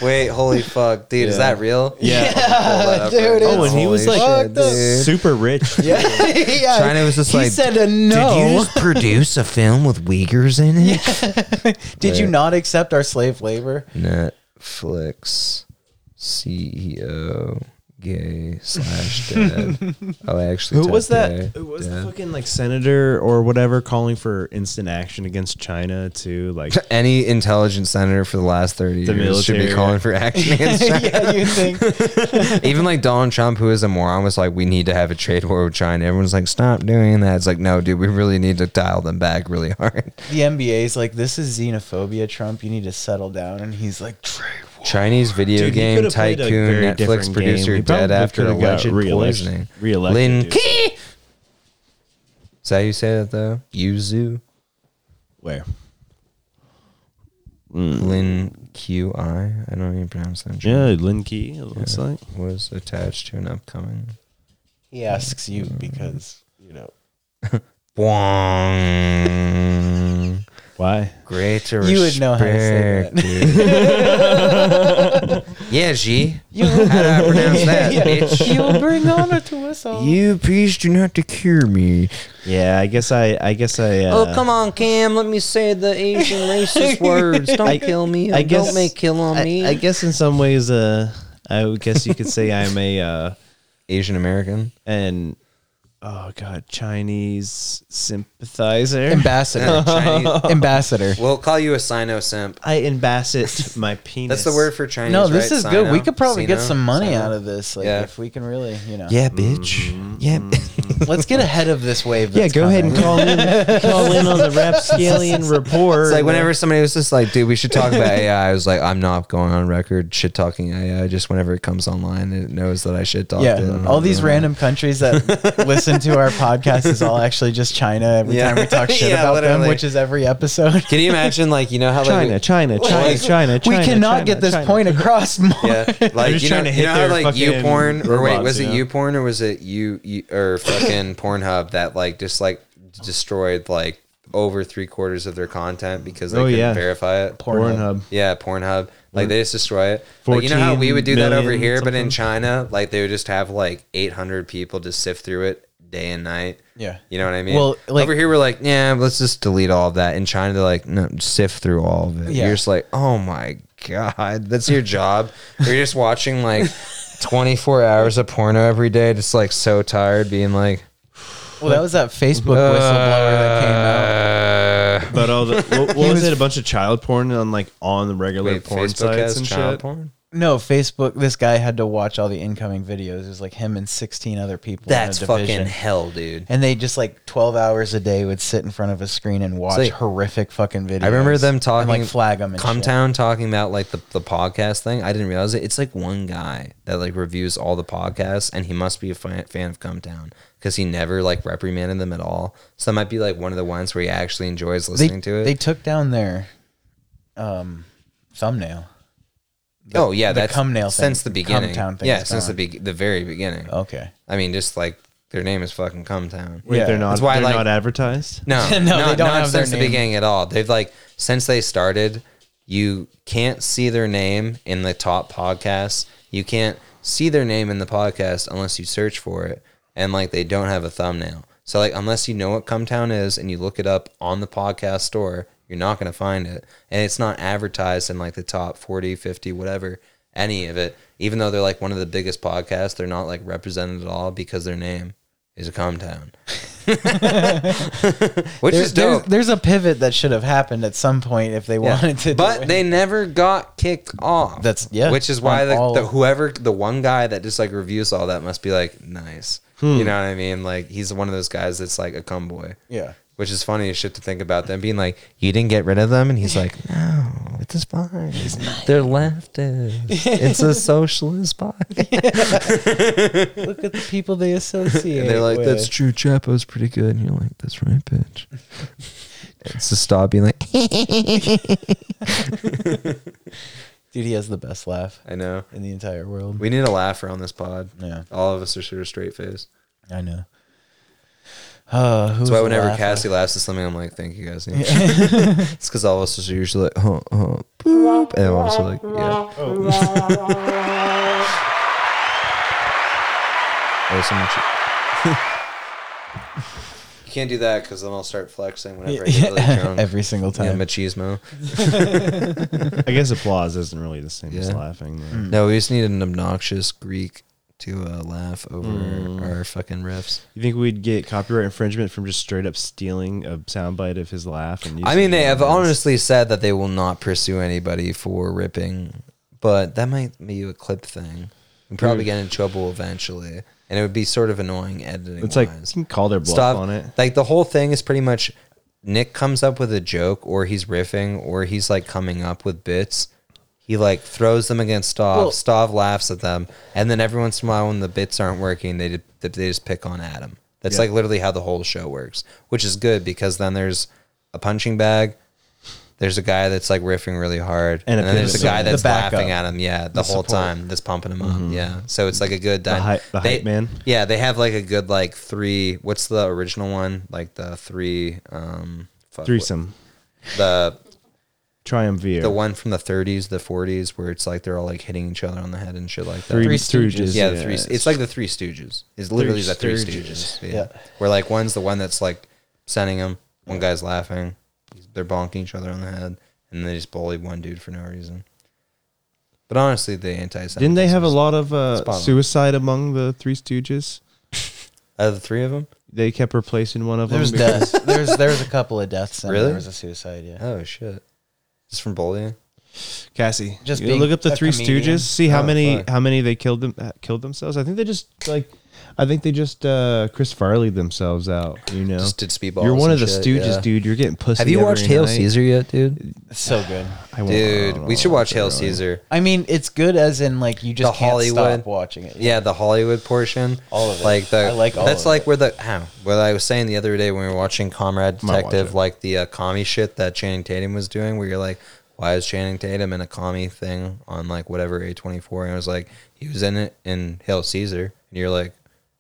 S1: Wait, holy fuck, dude, is
S2: Yeah.
S1: that real?
S2: Yeah.
S1: Pull that up
S3: dude,
S1: right now.
S3: it's
S2: Oh, and he was
S1: Holy
S2: like
S1: shit,
S3: fucked up.
S1: dude.
S2: super rich.
S3: Yeah. yeah.
S1: China was just
S3: he
S1: like,
S3: said a no.
S1: produce a film with Uyghurs in it?
S3: Did you not accept our slave labor?
S1: Netflix CEO gay slash dead. oh, I actually.
S2: Who was
S1: typed
S2: that?
S1: gay,
S2: Who was the
S1: dead.
S2: fucking like senator or whatever calling for instant action against China to like
S1: Any intelligence senator for the last thirty
S2: The
S1: years should be
S2: military.
S1: calling for action against China.
S3: yeah, you think?
S1: Even like Donald Trump, who is a moron, was like, "We need to have a trade war with China." Everyone's like, "Stop doing that." It's like, no, dude, we really need to dial them back really hard.
S3: The NBA's like, this is xenophobia, Trump. You need to settle down. And he's like, "Trade war."
S1: Chinese video
S2: Dude, he
S1: game
S2: could've played a
S1: tycoon
S2: very
S1: Netflix
S2: different
S1: producer
S2: game. He
S1: dead
S2: probably
S1: after
S2: could've got
S1: alleged
S2: reelect-
S1: poisoning.
S2: reelected,
S1: Lin
S2: dude.
S1: Key. Is that how you say that though? Yuzu.
S2: where?
S1: Lin Qi. I don't even pronounce that.
S2: Yeah, Lin Key, it looks like.
S1: Was attached to an upcoming.
S3: He asks you because, you know.
S1: Bwong.
S2: Why?
S1: Greater
S3: You would know how to say
S1: respect, dude. yeah, G. how do I pronounce that, bitch?
S3: You'll bring honor to us all.
S1: You please do not to cure me.
S2: Yeah, I guess I I guess I uh,
S5: Oh, come on, Cam. Let me say the Asian racist words. Don't kill me.
S2: I
S5: I
S2: guess-
S5: don't make kill on
S2: I,
S5: me.
S2: I guess in some ways uh I would guess you could say I'm a uh
S1: Asian American.
S2: an oh god, Chinese sympathizer.
S3: Ambassador.
S1: Chinese.
S3: Ambassador.
S1: We'll call you a sino simp.
S2: I ambassador my penis.
S1: That's the word for Chinese.
S3: No, this
S1: right?
S3: is good. We
S1: Sino?
S3: could probably get
S1: Sino?
S3: some money
S1: Sino?
S3: out of this. Like,
S1: Yeah.
S3: if we can really, you know.
S1: Yeah, bitch. Yeah.
S3: Let's get ahead of this wave.
S2: Yeah,
S3: that's
S2: go ahead and
S3: coming.
S2: call in call in on the Rapscallion report.
S1: It's like whenever somebody was just like, dude, we should talk about AI. I was like, I'm not going on record shit talking AI. Just whenever it comes online, it knows that I shit talked it.
S3: Yeah, all these random countries that listen to our podcast is all actually just China every
S1: Yeah.
S3: time we talk shit
S1: Yeah,
S3: about them,
S1: literally.
S3: which is every episode.
S1: Can you imagine, like, you know how
S2: China,
S1: like,
S2: China, China,
S1: Like,
S2: China, China.
S3: we cannot
S2: China,
S3: get this
S2: China.
S3: point across more.
S1: Yeah, like
S2: just
S1: you know,
S2: trying to
S1: you
S2: hit
S1: know how
S2: their
S1: like
S2: fucking
S1: you porn or wait,
S2: robots,
S1: was it
S2: you know?
S1: you porn or was it you, you or fucking Pornhub that like just like destroyed like over three quarters of their content because they
S2: Oh,
S1: couldn't
S2: yeah.
S1: verify it.
S2: Pornhub.
S1: Yeah, Pornhub. Like they just destroy it. Like you know how we would do that
S2: 14
S1: over here,
S2: million
S1: but
S2: something.
S1: in China, like they would just have like 800 people to sift through it day and night.
S3: Yeah.
S1: You know what I mean?
S3: Well, like-
S1: over here we're like, yeah, let's just delete all of that. In China, they're like, no, sift through all of it.
S3: Yeah.
S1: You're just like, oh my god, that's your job. You're just watching like 24 hours of porno every day, just like so tired, being like,
S3: Well, that was that Facebook whistleblower that came out.
S1: uh,
S2: But all the what, what was it? A bunch of child porn on like on the regular
S1: wait,
S2: porn
S1: Facebook
S2: sites
S1: has
S2: and
S1: child
S2: shit.
S1: porn.
S3: No, Facebook. This guy had to watch all the incoming videos. It was like him and sixteen other people.
S1: That's
S3: in a
S1: fucking
S3: division.
S1: hell, dude.
S3: And they just like twelve hours a day would sit in front of a screen and watch
S1: like-
S3: horrific fucking videos.
S1: I remember them talking
S3: and, like flag them. And shit.
S1: Cumtown talking about like the, the podcast thing. I didn't realize it. It's like one guy that like reviews all the podcasts, and he must be a fan, fan of Cumtown because he never like reprimanded them at all. So that might be like one of the ones where he actually enjoys
S3: They,
S1: listening to it.
S3: they took down their um, thumbnail.
S1: oh yeah,
S3: the
S1: that's
S3: thumbnail thing,
S1: since the beginning.
S3: Cumtown thing
S1: yeah,
S3: is
S1: since the
S3: gone. Oh.
S1: be- the very beginning.
S3: Okay.
S1: I mean, just like their name is fucking Cumtown.
S2: Wait,
S3: Yeah.
S2: they're not.
S1: That's why,
S2: they're
S1: like-
S2: not advertised.
S1: No, no,
S3: No, they
S1: not,
S3: don't
S1: not
S3: have their
S1: since the
S3: name.
S1: beginning at all. They've like since they started, you can't see their name in the top podcasts. You can't see their name in the podcast unless you search for it, and like they don't have a thumbnail. So like unless you know what Cumtown is and you look it up on the podcast store, you're not going to find it. And it's not advertised in like the top 40, 50, whatever, any of it. Even though they're like one of the biggest podcasts, they're not like represented at all because their name is a Cumtown. Which
S3: There-
S1: is dope.
S3: There's, there's a pivot that should have happened at some point if they
S1: Yeah.
S3: wanted to. do
S1: but
S3: it.
S1: they never got kicked off.
S3: That's- yeah,
S1: Which is why
S3: on
S1: the,
S3: all-
S1: the whoever the one guy that just like reviews all that must be like nice. You know what I mean? Like he's one of those guys that's like a cum boy.
S3: Hmm. yeah.
S1: Which is funny as shit to think about them being like, you didn't get rid of them, and he's like, no, it's is fine. They're leftist. it's a socialist podcast.
S3: Look at the people they associate.
S1: And they're like,
S3: with.
S1: that's true. Chapo's pretty good, and you're like, that's right, bitch. it's to stop being like,
S3: Dude, he has the best laugh
S1: I know.
S3: in the entire world.
S1: We need a laugher on this pod.
S3: yeah,
S1: All of us are sort of straight faced.
S3: I know. Uh, who's
S1: That's why
S3: the
S1: whenever
S3: laugh-
S1: Cassie laughs at something, I'm like, thank you guys. it's because all of us are usually like, huh, huh, boop. And all of us are like, yeah. Oh, someone should- you can't do that because then I'll start flexing whenever I get really drunk.
S3: every single
S1: yeah,
S3: time. Mm-hmm.
S1: machismo.
S2: I guess applause isn't really the same as
S1: Yeah.
S2: laughing. Though.
S1: No, we just need an obnoxious Greek to uh, laugh over
S3: Mm.
S1: our fucking riffs.
S2: You think we'd get copyright infringement from just straight up stealing a soundbite of his laugh? And
S1: I
S2: using
S1: mean,
S2: it
S1: they have
S2: on this?
S1: honestly said that they will not pursue anybody for ripping, but that might be a clip thing. We probably get in trouble eventually, and it would be sort of annoying editing.
S2: It's like you
S1: wise.
S2: can call their bluff
S1: Stop
S2: on it.
S1: Like the whole thing is pretty much Nick comes up with a joke, or he's riffing, or he's like coming up with bits. He like throws them against Stav.
S3: Well-
S1: Stav laughs at them, and then every once in a while, when the bits aren't working, they they just pick on Adam. That's
S2: Yeah.
S1: like literally how the whole show works, which is good because then there's a punching bag. There's a guy that's like riffing really hard,
S2: And
S1: and,
S2: a
S1: then there's a
S2: pivot.
S1: guy
S3: The
S1: that's
S3: backup.
S1: laughing at him. Yeah, the, whole
S3: support.
S1: time that's pumping him up. Yeah, so it's like a good
S2: Mm-hmm. The
S1: dynamic.
S2: hype, the hype
S1: They-
S2: man.
S1: yeah, they have like a good like three. What's the original one? Like the three. Um, fuck, what-
S2: Threesome.
S1: The
S2: Triumvir.
S1: the one from the 30s, the 40s, where it's like they're all like hitting each other on the head and shit like that.
S2: Three,
S3: Three
S2: Stooges.
S3: Stooges.
S1: yeah, the three. It's like the Three Stooges. It's literally
S2: Three
S1: the Three
S2: Stooges.
S1: Stooges. Yeah. where like one's the one that's like sending them. One guy's laughing. They're bonking each other on the head, and they just bully one dude for no reason. But honestly, the anti
S2: Didn't they have a lot of uh,
S1: Spot on.
S2: suicide among the Three Stooges?
S1: out of the three of them?
S2: They kept replacing one of them.
S3: There's
S2: because-
S3: deaths. There's there's a couple of deaths. And
S1: Really?
S3: There was a suicide. Yeah.
S1: Oh shit! Just from bullying.
S2: Cassie.
S3: Just
S2: Just
S3: being
S2: look up the
S3: a
S2: Three
S3: comedian.
S2: Stooges. See how
S1: Oh,
S2: many
S1: fuck.
S2: how many they killed them uh, killed themselves. I think they just like, I think they just uh, Chris Farley themselves out. You know,
S1: Just did speedballs.
S2: you're one of
S1: and
S2: the
S1: shit,
S2: Stooges,
S1: yeah.
S2: dude. You're getting pussy.
S1: Have you
S2: every
S1: watched Hail
S2: night.
S1: Caesar yet, dude?
S3: It's so good.
S2: I won't- I
S1: Dude,
S2: don't
S1: we
S2: know.
S1: should watch Hail
S2: Really.
S1: Caesar.
S3: I mean, it's good as in like you just
S1: The
S3: can't
S1: Hollywood.
S3: stop watching it.
S1: Yeah, the Hollywood portion.
S3: All of it.
S1: Like the
S3: I like all
S1: that's
S3: of
S1: like
S3: it.
S1: where the how what I was saying the other day when we were watching Comrade
S2: Might watch
S1: Detective,
S2: it.
S1: like the uh, commie shit that Channing Tatum was doing, where you're like, why is Channing Tatum in a commie thing on like whatever A twenty four? And I was like, he was in it in Hail Caesar, and you're like,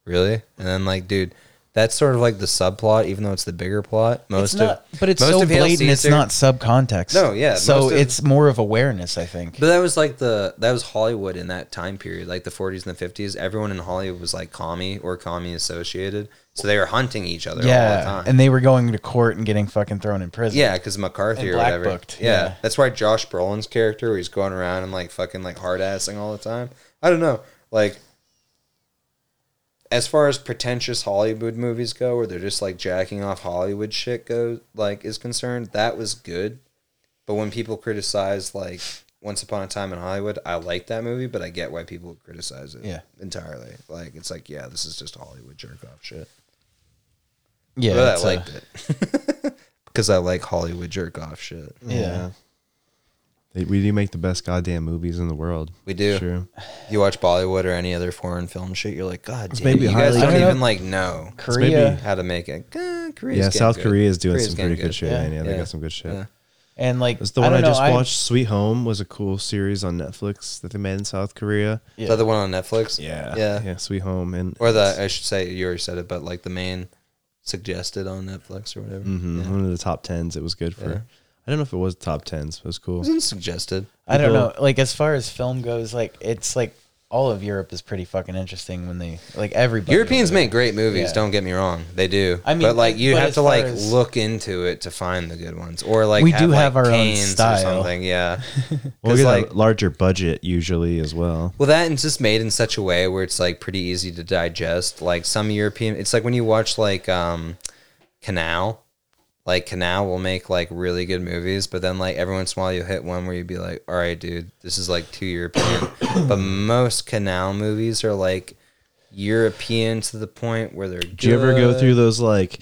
S1: really? And then like, dude. That's sort of like the subplot, even though it's the bigger plot. Most
S3: It's not,
S1: of,
S3: but it's
S1: most
S3: so
S1: of Hail
S3: blatant. It's
S1: Caesar-
S3: not subcontext.
S1: No, yeah,
S3: So
S1: most of-
S3: it's more of awareness, I think.
S1: But that was like the that was Hollywood in that time period, like the 40s and the 50s. Everyone in Hollywood was like commie or commie associated, so they were hunting each other all the
S3: yeah,
S1: time.
S3: and they were going to court and getting fucking thrown in prison.
S1: yeah, because McCarthy
S3: And
S1: or whatever.
S3: blackbooked,
S1: Yeah.
S3: yeah.
S1: that's why Josh Brolin's character, where he's going around and like fucking like hard assing all the time. I don't know, like as far as pretentious Hollywood movies go, where they're just like jacking off Hollywood shit goes, like is concerned, that was good. But when people criticize like Once Upon a Time in Hollywood, I like that movie, but I get why people would criticize it.
S3: Yeah.
S1: entirely. Like it's like yeah, this is just Hollywood jerk off shit.
S3: yeah,
S1: but I
S3: it's a-
S1: liked it because I like Hollywood jerk off shit.
S3: Yeah.
S2: They, we do make the best goddamn movies in the world.
S1: We do.
S2: It's True.
S1: you watch Bollywood or any other foreign film shit, you're like, God damn,
S2: maybe
S1: you guys
S2: highly-
S1: don't
S3: I don't
S1: even
S3: know.
S1: like know
S3: Korea
S2: maybe-
S1: how to make it. Eh, Korea's
S2: yeah,
S1: getting
S2: South
S1: good.
S2: Korea is doing
S1: Korea's
S2: some
S1: getting
S2: pretty good, shit.
S3: Yeah.
S2: Man. Yeah, they
S1: Yeah.
S2: got some good shit.
S1: Yeah.
S3: and like
S2: It's the
S3: I
S2: one I,
S3: don't know,
S2: just watched. Sweet Home was a cool series on Netflix that they made in South Korea.
S1: Is that the one on Netflix?
S2: yeah,
S1: yeah,
S2: Sweet Home and
S1: Or the I should say you already said it, but like the main suggested on Netflix or whatever.
S2: Mhm,
S1: Yeah.
S2: one of the top tens. It was good for.
S1: Yeah.
S2: I don't know if it was top tens. But it was
S1: It
S2: cool.
S1: wasn't suggested.
S3: I don't
S2: People-
S3: know. Like as far as film goes, like it's like all of Europe is pretty fucking interesting when they like everybody.
S1: Europeans make great movies.
S3: Yeah.
S1: Don't get me wrong, they do.
S3: I
S1: I
S3: mean,
S1: mean, but like you
S3: but
S1: have
S3: as
S1: to
S3: far
S1: like
S3: as-
S1: look into it to find the good ones, or like
S3: We do have
S1: like,
S3: our own
S1: Cannes
S3: style.
S1: or something. Yeah,
S2: Well, we
S1: Because,
S2: got
S1: like
S2: a larger budget usually as well.
S1: Well, that and it's just made in such a way where it's like pretty easy to digest. Like some European, it's like when you watch like um Canal, like Canal will make like really good movies, but then like every once in a while you'll hit one where you'd be like, all right, dude, this is like too European. but most Canal movies are like European to the point where they're.
S2: Do you ever go through those like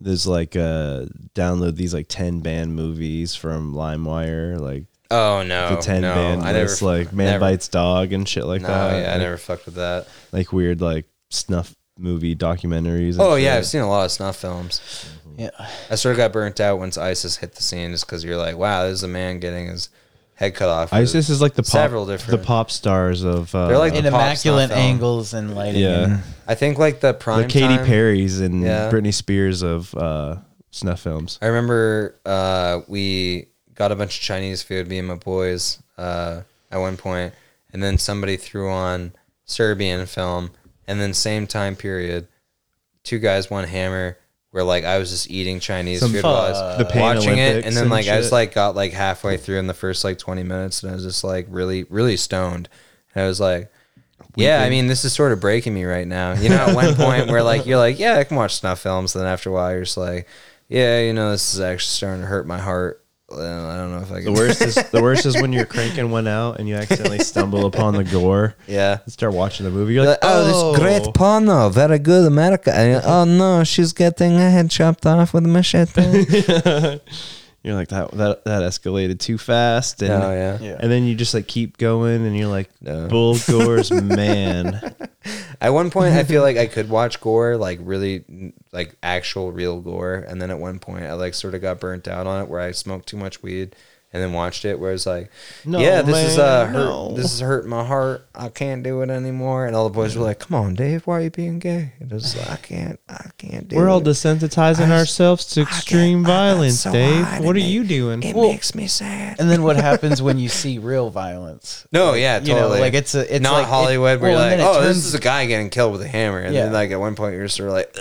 S2: those like uh download these like ten band movies from LimeWire like
S1: Oh no,
S2: the ten
S1: no,
S2: band
S1: I never
S2: list like Man
S1: never-
S2: Bites Dog and shit like
S1: No,
S2: that?
S1: yeah, I
S2: like,
S1: never fucked with that.
S2: like weird like snuff movie documentaries. and
S1: Oh yeah,
S2: shit.
S1: I've seen a lot of snuff films.
S3: Yeah.
S1: I sort of got burnt out once ISIS hit the scene, just because you're like, wow, this is a man getting his head cut off.
S2: ISIS is like the pop,
S1: Several different-
S2: the pop stars of uh,
S1: They're like
S2: the,
S3: in
S1: the pop's not
S3: immaculate
S1: film.
S3: angles and lighting.
S2: yeah,
S3: and-
S1: I think like the prime
S2: the Katy
S1: time-
S2: Perry's and
S1: Yeah.
S2: Britney Spears of uh, snuff films.
S1: I remember uh, we got a bunch of Chinese food, me and my boys, uh, at one point, and then somebody threw on Serbian film, and then same time period, two guys, one hammer. Where like I was just eating Chinese
S2: Some
S1: food while I
S3: fuck.
S1: was
S2: The Pan
S1: watching it,
S2: Olympics
S1: and then
S2: and
S1: like I
S2: shit.
S1: just like got like halfway through in the first like twenty minutes, and I was just like really really stoned, and I was like. Yeah, I mean, this is sort of breaking me right now. You know, at one point where like you're like, yeah, I can watch snuff films, then after a while you're just like, yeah, you know, this is actually starting to hurt my heart. Uh, I don't know if I
S2: The
S1: can.
S2: worst is the worst is when you're cranking one out and you accidentally stumble upon the gore.
S1: yeah.
S2: and start watching the movie. You're like, oh,
S1: porno, very good America. And, oh no, she's getting her head chopped off with a machete.
S2: oh. You're like that that that escalated too fast. And,
S1: oh yeah.
S3: Yeah.
S2: And then you just like keep going, and you're like,
S1: No.
S2: Bull Gore's man.
S1: At one point, I feel like I could watch gore, like really, like actual real gore. And then at one point, I like sort of got burnt out on it, where I smoked too much weed, and then watched it, where it's like,
S2: No,
S1: yeah, this is
S2: man,
S1: uh, hurt,
S2: no.
S1: this is hurting my heart. I can't do it anymore. And all the boys were like, "Come on, Dave, why are you being gay?" And I was like, "I can't, I can't do
S2: We're
S1: it."
S2: all desensitizing ourselves to extreme violence, Dave. What are you doing?
S1: makes me sad.
S3: And then what happens when you see real violence?
S1: No, yeah, totally.
S3: You know, like, it's a- it's
S1: not
S3: like- it-
S1: Hollywood. where
S3: well,
S1: you're
S3: and
S1: like,
S3: then it
S1: oh,
S3: turns-
S1: this is a guy getting killed with a hammer, and
S3: Yeah.
S1: then like at one point you're sort of like,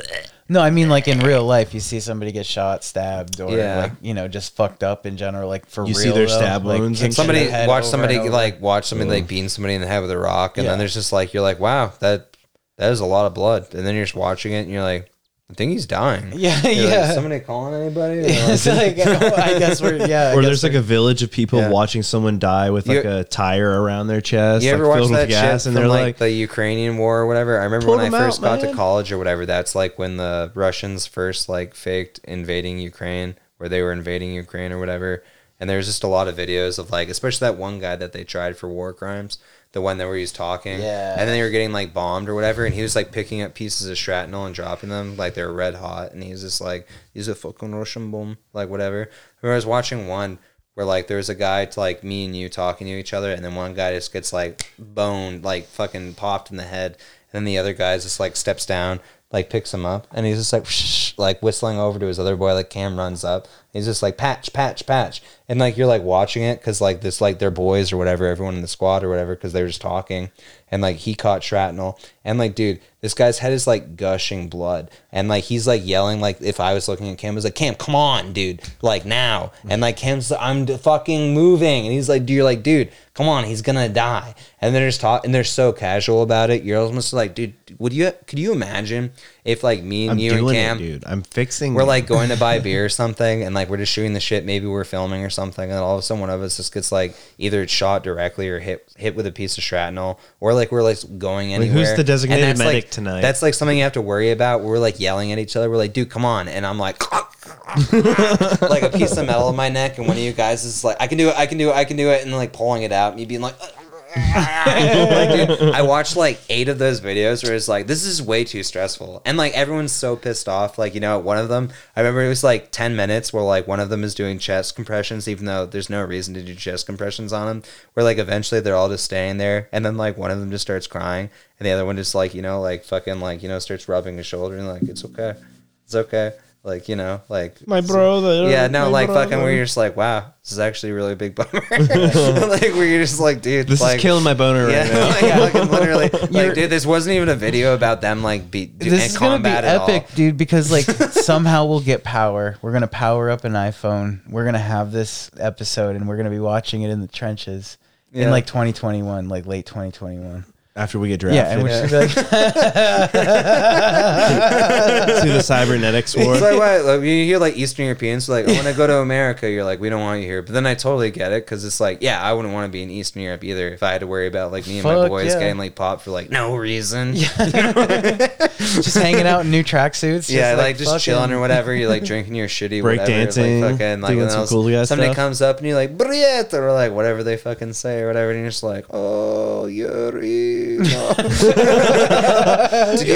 S3: No, I mean like in real life, you see somebody get shot, stabbed, or
S1: Yeah.
S3: like you know just fucked up in general. Like for
S2: You
S3: real,
S2: see their
S3: though,
S2: stab
S3: like,
S2: wounds and
S3: kicks
S2: shit.
S3: in the
S1: somebody
S3: head
S1: watch
S3: over
S1: somebody
S3: and over.
S1: like watch somebody like beating somebody in the head with a rock, and
S3: Yeah.
S1: then there's just like you're like, wow, that that is a lot of blood, and then you're just watching it, and you're like, I think he's dying.
S3: yeah,
S1: You're like, "Is
S3: yeah.
S1: somebody calling anybody? And they're like,
S3: it's like, oh, I guess we're yeah. I
S2: Or
S3: guess
S2: there's like a village of people
S1: Yeah.
S2: watching someone die with like
S1: You-
S2: a tire around their chest,
S1: You
S2: like
S1: ever watch
S2: filled
S1: that
S2: with gas,
S1: shit
S2: and
S1: from,
S2: they're
S1: like,
S2: like,
S1: the Ukrainian war or whatever? I remember
S2: Pull
S1: when I
S2: 'em
S1: first
S2: out,
S1: got
S2: man.
S1: to college or whatever. That's like when the Russians first like faked invading Ukraine, where they were invading Ukraine or whatever. And there's just a lot of videos of like, especially that one guy that they tried for war crimes, the one that where he was talking,
S3: Yeah.
S1: and then they were getting like bombed or whatever, and he was like picking up pieces of shrapnel and dropping them like they were red hot, and he was just like, "He's a fucking Russian bomb," like whatever. I remember I was watching one where like there was a guy to like me and you talking to each other, and then one guy just gets like boned, like fucking popped in the head, and then the other guy just like steps down, like picks him up, and he's just like like whistling over to his other boy. Like Cam runs up, he's just like patch, patch, patch, and like you're like watching it because like this like their boys or whatever, everyone in the squad or whatever, because they were just talking, and like he caught shrapnel, and like dude, this guy's head is like gushing blood, and like he's like yelling like if I was looking at Cam, I was like Cam, come on, dude, like now, and like Cam's I'm d- fucking moving, and he's like, dude, you're like dude, come on, he's gonna die, and they're just talking, and they're so casual about it. You're almost like, dude, would you could you imagine if like me and
S2: "I'm
S1: you
S2: doing
S1: and
S2: it,
S1: Cam
S2: dude. I'm fixing."
S1: we're
S2: it."
S1: like going to buy beer or something and like we're just shooting the shit maybe we're filming or something and all of a sudden one of us just gets like either shot directly or hit hit with a piece of shrapnel or like we're like going
S2: who's
S1: anywhere
S2: the designated
S1: And that's,
S2: medic
S1: like-
S2: tonight?
S1: that's like something you have to worry about we're like yelling at each other we're like dude come on and i'm like like a piece of metal in my neck and one of you guys is like i can do it i can do it i can do it and like pulling it out and you being like like, dude, I watched like eight of those videos where it's like, this is way too stressful. And like everyone's so pissed off. Like, you know, one of them, I remember it was like 10 minutes where like one of them is doing chest compressions, even though there's no reason to do chest compressions on them. Where like eventually they're all just staying there. And then like one of them just starts crying. And the other one just like, you know, like fucking like, you know, starts rubbing his shoulder and like, it's okay. It's okay. Like, you know, like
S2: my brother.
S1: yeah, no,
S2: my
S1: like fucking,
S2: brother.
S1: where you're just like, wow, this is actually a really big bummer. like, where you're just like, dude,
S2: This
S1: like,
S2: is killing my boner right now.
S1: yeah, like, fucking literally. Like, dude, this wasn't even a video about them like be do,
S3: this is gonna be
S1: combat at
S3: epic,
S1: all.
S3: dude. Because like somehow we'll get power. We're gonna power up an iPhone. We're gonna have this episode, and we're gonna be watching it in the trenches
S1: Yeah.
S3: in like 2021, like late 2021.
S2: After we get drafted
S3: Yeah, and we're just gonna be like,
S2: to the cybernetics war,
S1: It's like, what? Like, you hear like Eastern Europeans like, I want to go to America. You're like, we don't want you here. But then I totally get it because it's like, yeah, I wouldn't want to be in Eastern Europe either if I had to worry about like me and my
S3: Fuck,
S1: boys
S3: yeah.
S1: getting like popped for like no reason. Yeah,
S3: just hanging out in new tracksuits.
S1: like, just
S3: fucking-
S1: chilling or whatever. You're like drinking your shitty whatever,
S2: Breakdancing,
S1: like, fucking, like,
S2: doing
S1: and
S2: some
S1: else-
S2: cool guy
S1: Somebody
S2: stuff.
S1: comes up and you're like, Briet, or like whatever they fucking say or whatever. And you're just like, oh, Yuri. Did you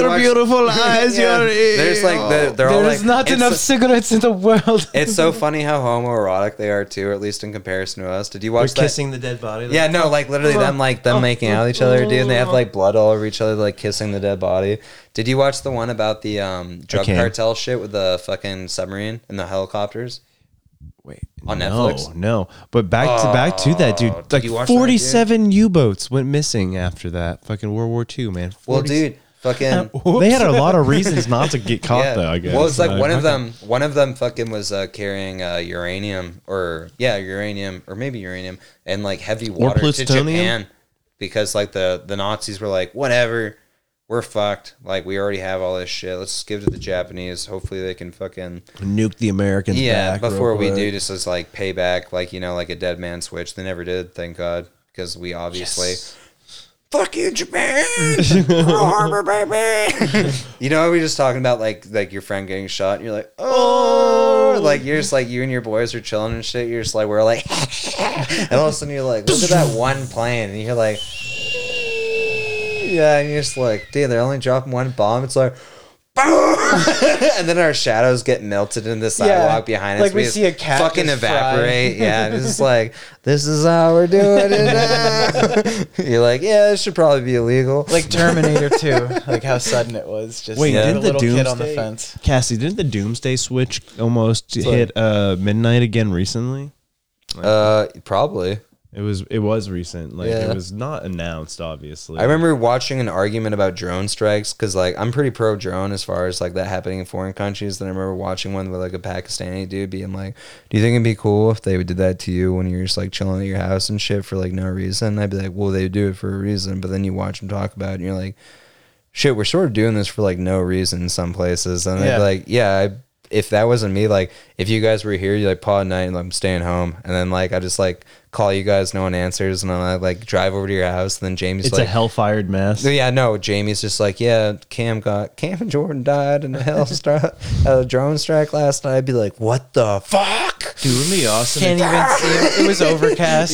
S1: watch-
S2: beautiful eyes.
S1: Yeah. There's like the, they're all
S3: There's
S1: like
S3: not
S1: it's
S3: enough
S1: so-
S3: cigarettes in the world.
S1: it's so funny how homoerotic they are too, or at least in comparison to us. Did you watch that?
S2: the dead body.
S1: Yeah, no, like literally them like them making out with each other, dude, and they have like blood all over each other, like kissing the dead body. Did you watch the one about the um drug
S2: can.
S1: cartel shit with the fucking submarine and the helicopters?
S2: Wait,
S1: On
S2: no,
S1: Netflix?
S2: No, but back to back to that dude.
S1: Oh, did
S2: Like
S1: you watch that, dude?
S2: forty-seven U-boats went missing after that fucking World War II, man.
S1: Well,
S2: 40
S1: dude, fucking
S2: they had a lot of reasons not to get caught,
S1: yeah.
S2: though. I guess.
S1: Well, it's like
S2: Uh,
S1: one of
S2: okay.
S1: them. One of them fucking was uh, carrying uh, uranium, or yeah, uranium, or maybe uranium, and like heavy water to
S2: plutonium?
S1: Japan because like the the Nazis were like, whatever, we're fucked. Like we already have all this shit. Let's give to the Japanese. Hopefully they can fucking
S2: nuke the Americans.
S1: yeah.
S2: back real
S1: Before we
S2: quick.
S1: do, just as like payback, like you know, like a dead man switch. They never did, thank God, because we obviously. Fuck you, Japan! Pearl Harbor, baby! you know, how we were just talking about like like your friend getting shot, and you're like, oh, like you're just like you and your boys are chilling and shit. You're just like we're like, and all of a sudden you're like, look at that one plane, and you're like, yeah, and you're just like, dude, they're only dropping one bomb. It's like. boom. and then our shadows get melted in the sidewalk behind us.
S3: Like we
S1: just
S3: see a cat
S1: fucking
S3: just fry.
S1: evaporate. Yeah, it's just like this is how we're doing it. Now. You're like, yeah, this should probably be illegal.
S3: like Terminator 2, like how sudden it was. Just
S2: Wait,
S1: Yeah.
S2: didn't the
S3: the little
S2: doomsday
S3: kid on the fence.
S2: Cassie, didn't the doomsday switch almost hit uh, midnight again recently?
S1: Uh, probably.
S2: It was it was recent. Like
S1: Yeah.
S2: it was not announced, obviously.
S1: I remember watching an argument about drone strikes because, like, I'm pretty pro drone as far as like that happening in foreign countries. Then I remember watching one with like a Pakistani dude being like, "Do you think it'd be cool if they did that to you when you're just like chilling at your house and shit for like no reason?" I'd be like, "Well, they do it for a reason." But then you watch them talk about it, and you're like, "Shit, we're sort of doing this for like no reason in some places." And they'd
S3: Yeah.
S1: be like, "Yeah." I, if that wasn't me, like if you guys were here, you like paw at night and I'm staying home, and then like I just like call you guys, no one answers, and I like drive over to your house, and then Jamie's
S2: it's
S1: like,
S2: a hellfired mess.
S1: so, yeah, no. Jamie's just like, yeah, Cam got Cam and Jordan died in a hell stri- a drone strike last night. I'd be like, what the fuck?
S2: Dude, wouldn't it be awesome.
S3: Can't
S2: if-
S3: even see it. It was overcast.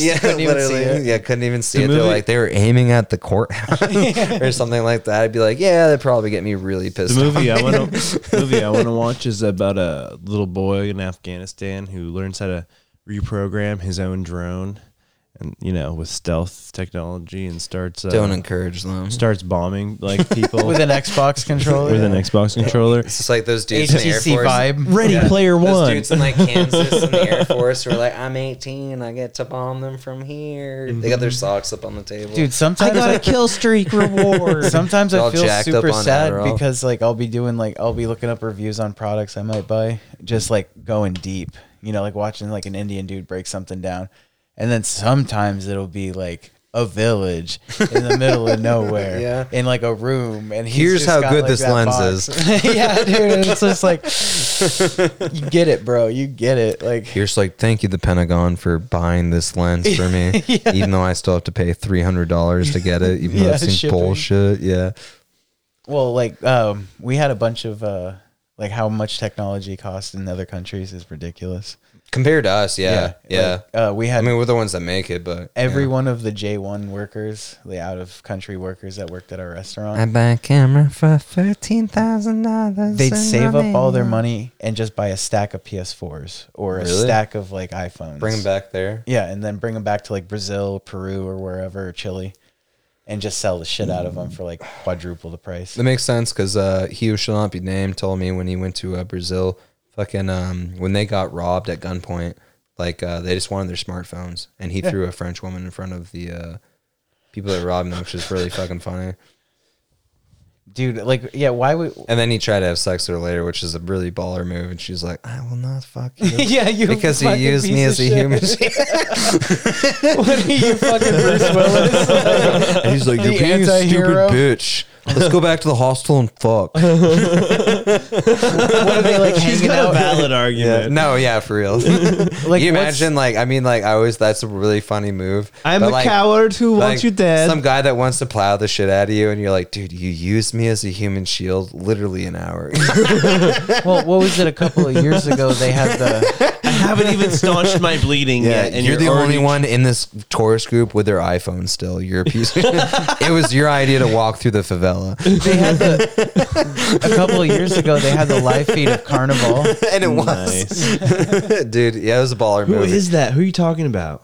S1: Yeah,
S3: couldn't even see
S1: literally.
S3: it.
S1: Yeah, couldn't even see
S2: The
S1: it. They're
S2: movie-
S1: like, they were aiming at the courthouse or something like that. I'd be like, yeah, that'd probably get me really pissed.
S2: the
S1: off.
S2: movie I want to movie I want to watch is about a little boy in Afghanistan who learns how to reprogram his own drone, and you know with stealth technology, and starts uh,
S1: Don't encourage them.
S2: starts bombing like people
S3: With an Xbox controller.
S2: with an Xbox controller.
S1: It's just like those dudes in the Air
S3: HTC
S1: Force.
S3: vibe.
S2: Ready
S1: Yeah.
S2: Player
S1: Those
S2: One.
S1: dudes in like Kansas in the Air Force who are like, I'm 18, I get to bomb them from here. They
S2: Mm-hmm.
S1: got their socks up on the table.
S3: Dude, sometimes I,
S5: kill streak reward.
S3: sometimes
S1: They're
S3: I
S1: all
S3: feel
S1: jacked up
S3: super
S1: on
S3: sad
S1: Adderall.
S3: because like I'll be doing like I'll be looking up reviews on products I might buy, just like going deep. You know, like watching like an Indian dude break something down. And then sometimes it'll be like a village in the middle of nowhere.
S1: Yeah.
S3: In like a room and he's
S1: Here's
S3: just
S1: how
S3: got,
S1: good
S3: like,
S1: this
S3: that
S1: lens
S3: box. yeah, dude. And it's just like you get it, bro. You get it. Like
S1: You're just like, thank you, the Pentagon, for buying this lens for me, even though I still have to pay three hundred dollars to get it, even though
S3: Yeah,
S1: it seems
S3: shipping.
S1: bullshit. Yeah,
S3: Well, like um, we had a bunch of uh, like how much technology costs in other countries is ridiculous.
S1: compared to us, yeah, yeah.
S3: Like, uh, we
S1: I
S3: had
S1: mean, we're the ones that make it, but
S3: every one of the J one workers, the out of country workers that worked at our restaurant.
S1: I buy a camera for thirteen thousand dollars.
S3: they'd save up all their money and just buy a stack of PS4s or a
S1: Really?
S3: stack of like iPhones.
S1: Bring them back there.
S3: Yeah, and then bring them back to like Brazil, Peru, or wherever, or Chile, and just sell the shit out of them for like quadruple the price.
S1: That makes sense because uh, he who shall not be named told me when he went to uh, Brazil, fucking um, when they got robbed at gunpoint, like uh, they just wanted their smartphones, and he threw a French woman in front of the uh, people that robbed him, which is really fucking funny.
S3: Dude, like, yeah, why would?
S1: And then he tried to have sex with her later, which is a really baller move. And she's like, I will not fuck you.
S3: yeah, you
S1: because you
S3: fucking
S1: used me as
S3: piece
S1: a
S3: of shit.
S1: human being.
S3: what are you fucking Bruce Willis?
S1: And he's like,
S3: The anti-hero.
S1: bitch. Let's go back to the hostel and fuck.
S3: what are they like
S2: He's
S3: hanging
S2: got a
S3: out?
S2: valid
S1: Yeah,
S2: argument.
S1: no, yeah, for real.
S3: Like,
S1: you
S3: what's-
S1: imagine, like, I mean, like, I always, that's a really funny move.
S2: I'm
S1: But,
S2: a
S1: like,
S2: coward who
S1: like,
S2: wants you dead.
S1: Some guy that wants to plow the shit out of you, and you're like, dude, you used me as a human shield literally an hour.
S3: Well, what was it? A couple of years ago, they had the
S2: I haven't even staunched my bleeding yet, and
S1: you're, the
S2: already-
S1: only one in this tourist group with their iPhone still. You're a piece. of- it was your idea to walk through the favela,
S3: They had the, a couple of years ago, they had the live feed of Carnival.
S1: and it
S2: Nice.
S1: was, dude. Yeah, it was a baller
S2: Who
S1: movie.
S2: is that? Who are you talking about?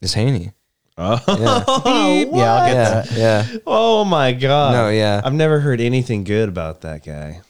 S1: it's Haney.
S2: Oh,
S3: Yeah, I'll get
S1: Yeah,
S3: that.
S1: yeah.
S2: oh my god!
S1: No, yeah.
S2: I've never heard anything good about that guy.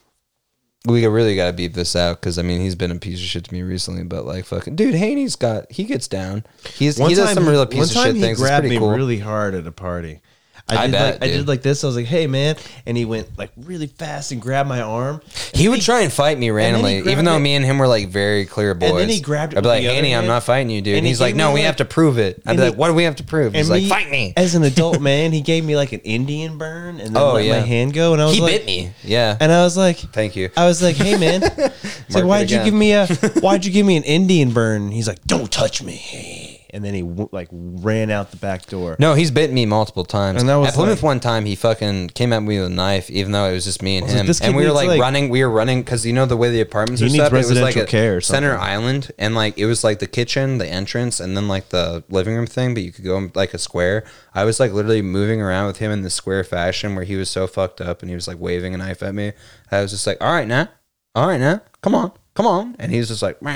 S1: We really got to beep this out because I mean he's been a piece of shit to me recently. But like, fucking dude, Haney's got he gets down. He's he does some real piece of shit
S2: he
S1: things. It's
S2: grabbed
S1: pretty
S2: me
S1: cool.
S2: really hard at a party.
S1: I
S2: I did,
S1: bet,
S2: like, I
S1: dude.
S2: did like this. I was like, "Hey, man!" And he went like really fast and grabbed my arm.
S1: he would try and fight
S2: then
S1: me
S2: he
S1: randomly, even
S2: grabbed
S1: though
S2: it-
S1: me and him were like very clear boys.
S2: then he grabbed it
S1: I'd be
S2: with
S1: like,
S2: the other
S1: Haney, I'm
S2: hand,
S1: not fighting you, dude.
S2: and
S1: And
S2: he
S1: he's like,
S2: gave me,
S1: No, we
S2: like-
S1: have to prove it. I'd
S2: and
S1: be
S2: he-
S1: like, What do we have to prove? He's like,
S2: me-
S1: Fight me.
S2: As an adult man, he gave me like an Indian burn and then
S1: Oh,
S2: let
S1: yeah.
S2: my hand go, and I was
S1: He
S2: like,
S1: bit me. Yeah.
S2: And I was like,
S1: Thank you.
S2: I was like, hey man, it's
S1: Mark
S2: like,
S1: it
S2: why'd you
S1: again.
S2: give me a why'd you give me an Indian burn? And He's like, don't touch me. And then he w- like ran out the back door.
S1: No, he's bitten me multiple times.
S2: And that was
S1: At Plymouth
S2: like-
S1: one time, he fucking came at me with a knife, even though it was just me and
S2: was like,
S1: him.
S2: this
S1: and
S2: kid
S1: we were
S2: needs,
S1: like,
S2: like-
S1: running, we were running because you know the way the apartments
S2: He
S1: are
S2: needs
S1: set. up, It was like
S2: residential
S1: a
S2: care or
S1: center
S2: something.
S1: island, and like it was like the kitchen, the entrance, and then like the living room thing. But you could go in like a square. I was like literally moving around with him in the square fashion where he was so fucked up and he was like waving a knife at me. I was just like, all right now, all right now, come on, come on, and he was just like. "Meh,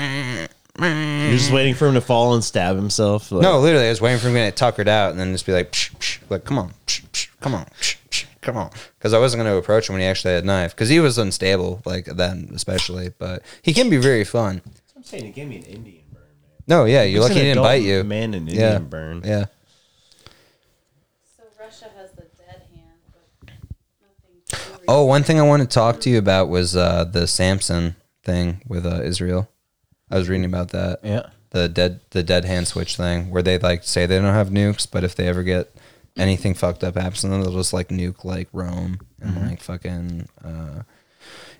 S1: meh."
S2: You're just waiting for him to fall and stab himself. Like,
S1: No, literally, I was waiting for him to get tuckered out and then just be like, psh, psh, like, come on, psh, psh, come on, psh, psh, come on. Because I wasn't going to approach him when he actually had a knife because he was unstable, like then, especially. But he can be very fun.
S2: I'm saying he gave me an Indian burn.
S1: No, yeah, you're lucky he didn't bite you.
S2: Man, an Indian
S1: yeah.
S2: burn.
S1: Yeah.
S4: So Russia has the dead hand, but nothing. to do with-
S1: Oh, one thing I want to talk to you about was uh, the Samson thing with uh, Israel. I was reading about that.
S3: Yeah.
S1: The dead, the dead hand switch thing, where they like say they don't have nukes, but if they ever get anything fucked up happens, to them, they'll just like nuke like Rome and like fucking uh,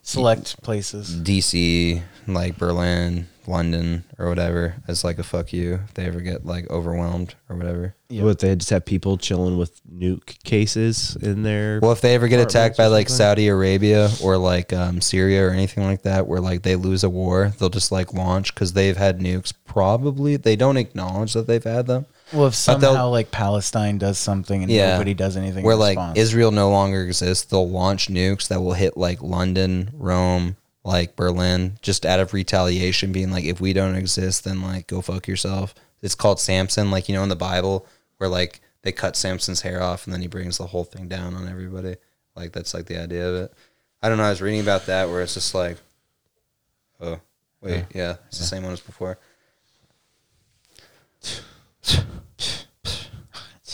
S3: Select places.
S1: DC, like Berlin, London, or whatever, as like a fuck you if they ever get like overwhelmed or whatever.
S2: What they just have people chilling with nuke cases in their
S1: Well, if they ever get attacked
S2: Apartments or
S1: by like
S2: something?
S1: Saudi Arabia or like um, Syria or anything like that, where like they lose a war, they'll just like launch because they've had nukes. Probably they don't acknowledge that they've had them.
S3: Well, if
S1: But they'll-
S3: somehow like Palestine does something and
S1: Yeah.
S3: nobody does anything,
S1: where
S3: in
S1: like
S3: response.
S1: Israel no longer exists, they'll launch nukes that will hit like London, Rome, like Berlin, just out of retaliation, being like, if we don't exist, then like go fuck yourself. It's called Samson, like you know in the Bible, where like they cut Samson's hair off and then he brings the whole thing down on everybody. Like that's like the idea of it. I don't know. I was reading about that where it's just like, oh wait, yeah, it's the same one as before.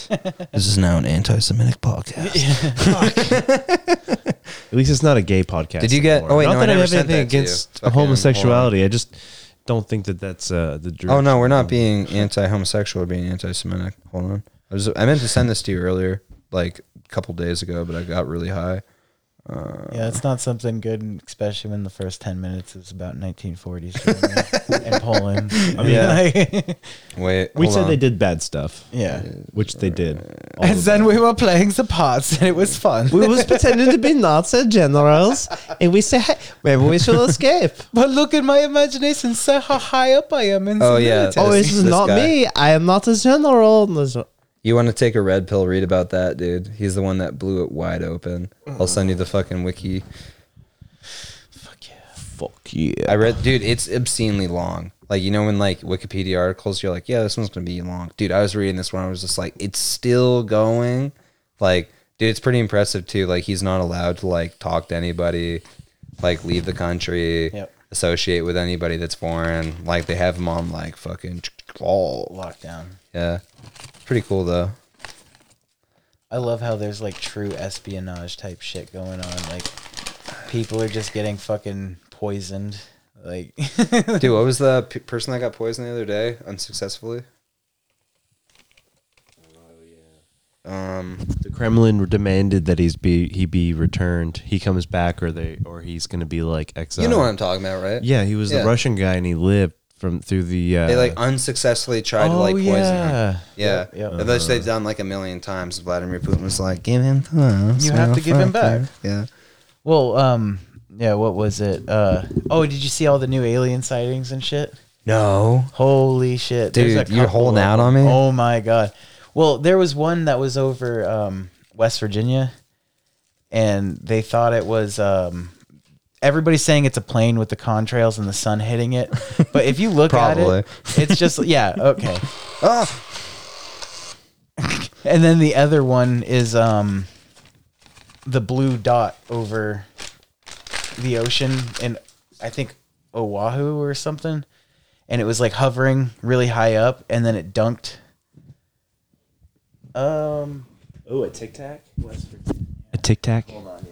S1: This is now an anti-Semitic podcast.
S2: At least it's not a gay podcast.
S1: Did you get-
S2: anymore.
S1: oh, wait,
S2: Not
S1: no, I
S2: that I,
S1: never
S2: have
S1: sent
S2: anything
S1: that to you.
S2: against
S1: Fucking
S2: homosexuality. I just don't think that that's uh, the. Direction.
S1: Oh no, we're not being anti-homosexual. We're being anti-Semitic. Hold on. I was I meant to send this to you earlier, like a couple days ago, but I got really high.
S3: yeah, it's not something good, especially when the first ten minutes is about 1940s and Poland. I mean, like,
S1: Wait,
S2: We
S1: hold
S2: said
S1: on.
S2: they did bad stuff,
S3: yeah.
S2: which they did. All
S3: And
S2: of
S3: then
S2: them.
S3: we were playing the parts, and it was fun.
S2: we was pretending to be Nazi generals, and we say, "Hey, maybe we should escape."
S3: But look at my imagination. Say how high up I am in
S1: Oh,
S3: the
S1: yeah.
S3: military.
S1: Oh, it's- This guy.
S2: I am not a general. And there's-
S1: You want to take a red pill? Read about that, dude. He's the one that blew it wide open. I'll send you the fucking wiki.
S2: Fuck yeah.
S1: I read, dude. It's obscenely long. Like you know when like Wikipedia articles, you're like, yeah, this one's gonna be long, dude. I was reading this one. I was just like, it's still going. Like, dude, it's pretty impressive too. Like he's not allowed to like talk to anybody, like leave the country,
S3: Yep.
S1: associate with anybody that's foreign. Like they have him on like fucking
S3: Oh.
S1: all.
S3: lockdown.
S1: Yeah, pretty cool though.
S3: I love how there's like true espionage type shit going on. Like people are just getting fucking poisoned. Like
S1: Dude, what was the p- person that got poisoned the other day unsuccessfully? Um,
S2: The Kremlin demanded that he's be he be returned. He comes back, or they or he's going to be like exiled.
S1: you know what I'm talking about, right?
S2: Yeah, he was
S1: Yeah.
S2: the Russian guy, and he lived from through the. Uh,
S1: They like unsuccessfully tried to
S2: Oh,
S1: like poison him.
S2: yeah.
S1: Yeah.
S3: Yep, Uh-huh. yep.
S1: Unless they've done like a million times. Vladimir Putin was like, give him the
S3: You have to give him back.
S1: Yeah.
S3: Well, um yeah, what was it? Uh oh, did you see all the new alien sightings and shit?
S1: No.
S3: Holy shit, there's
S1: Dude,
S3: a
S1: you're
S3: couple
S1: holding
S3: of
S1: out on
S3: them.
S1: me?
S3: Oh my god. Well, there was one that was over um, West Virginia, and they thought it was. Um, everybody's saying it's a plane with the contrails and the sun hitting it, but if you look at
S1: Probably.
S3: it, it's just yeah okay.
S1: Ah!
S3: And then the other one is um, the blue dot over the ocean in I think Oahu or something, and it was like hovering really high up, and then it dunked. Um.
S2: Oh, a tic tac. Oh, A tic tac.
S3: Hold on,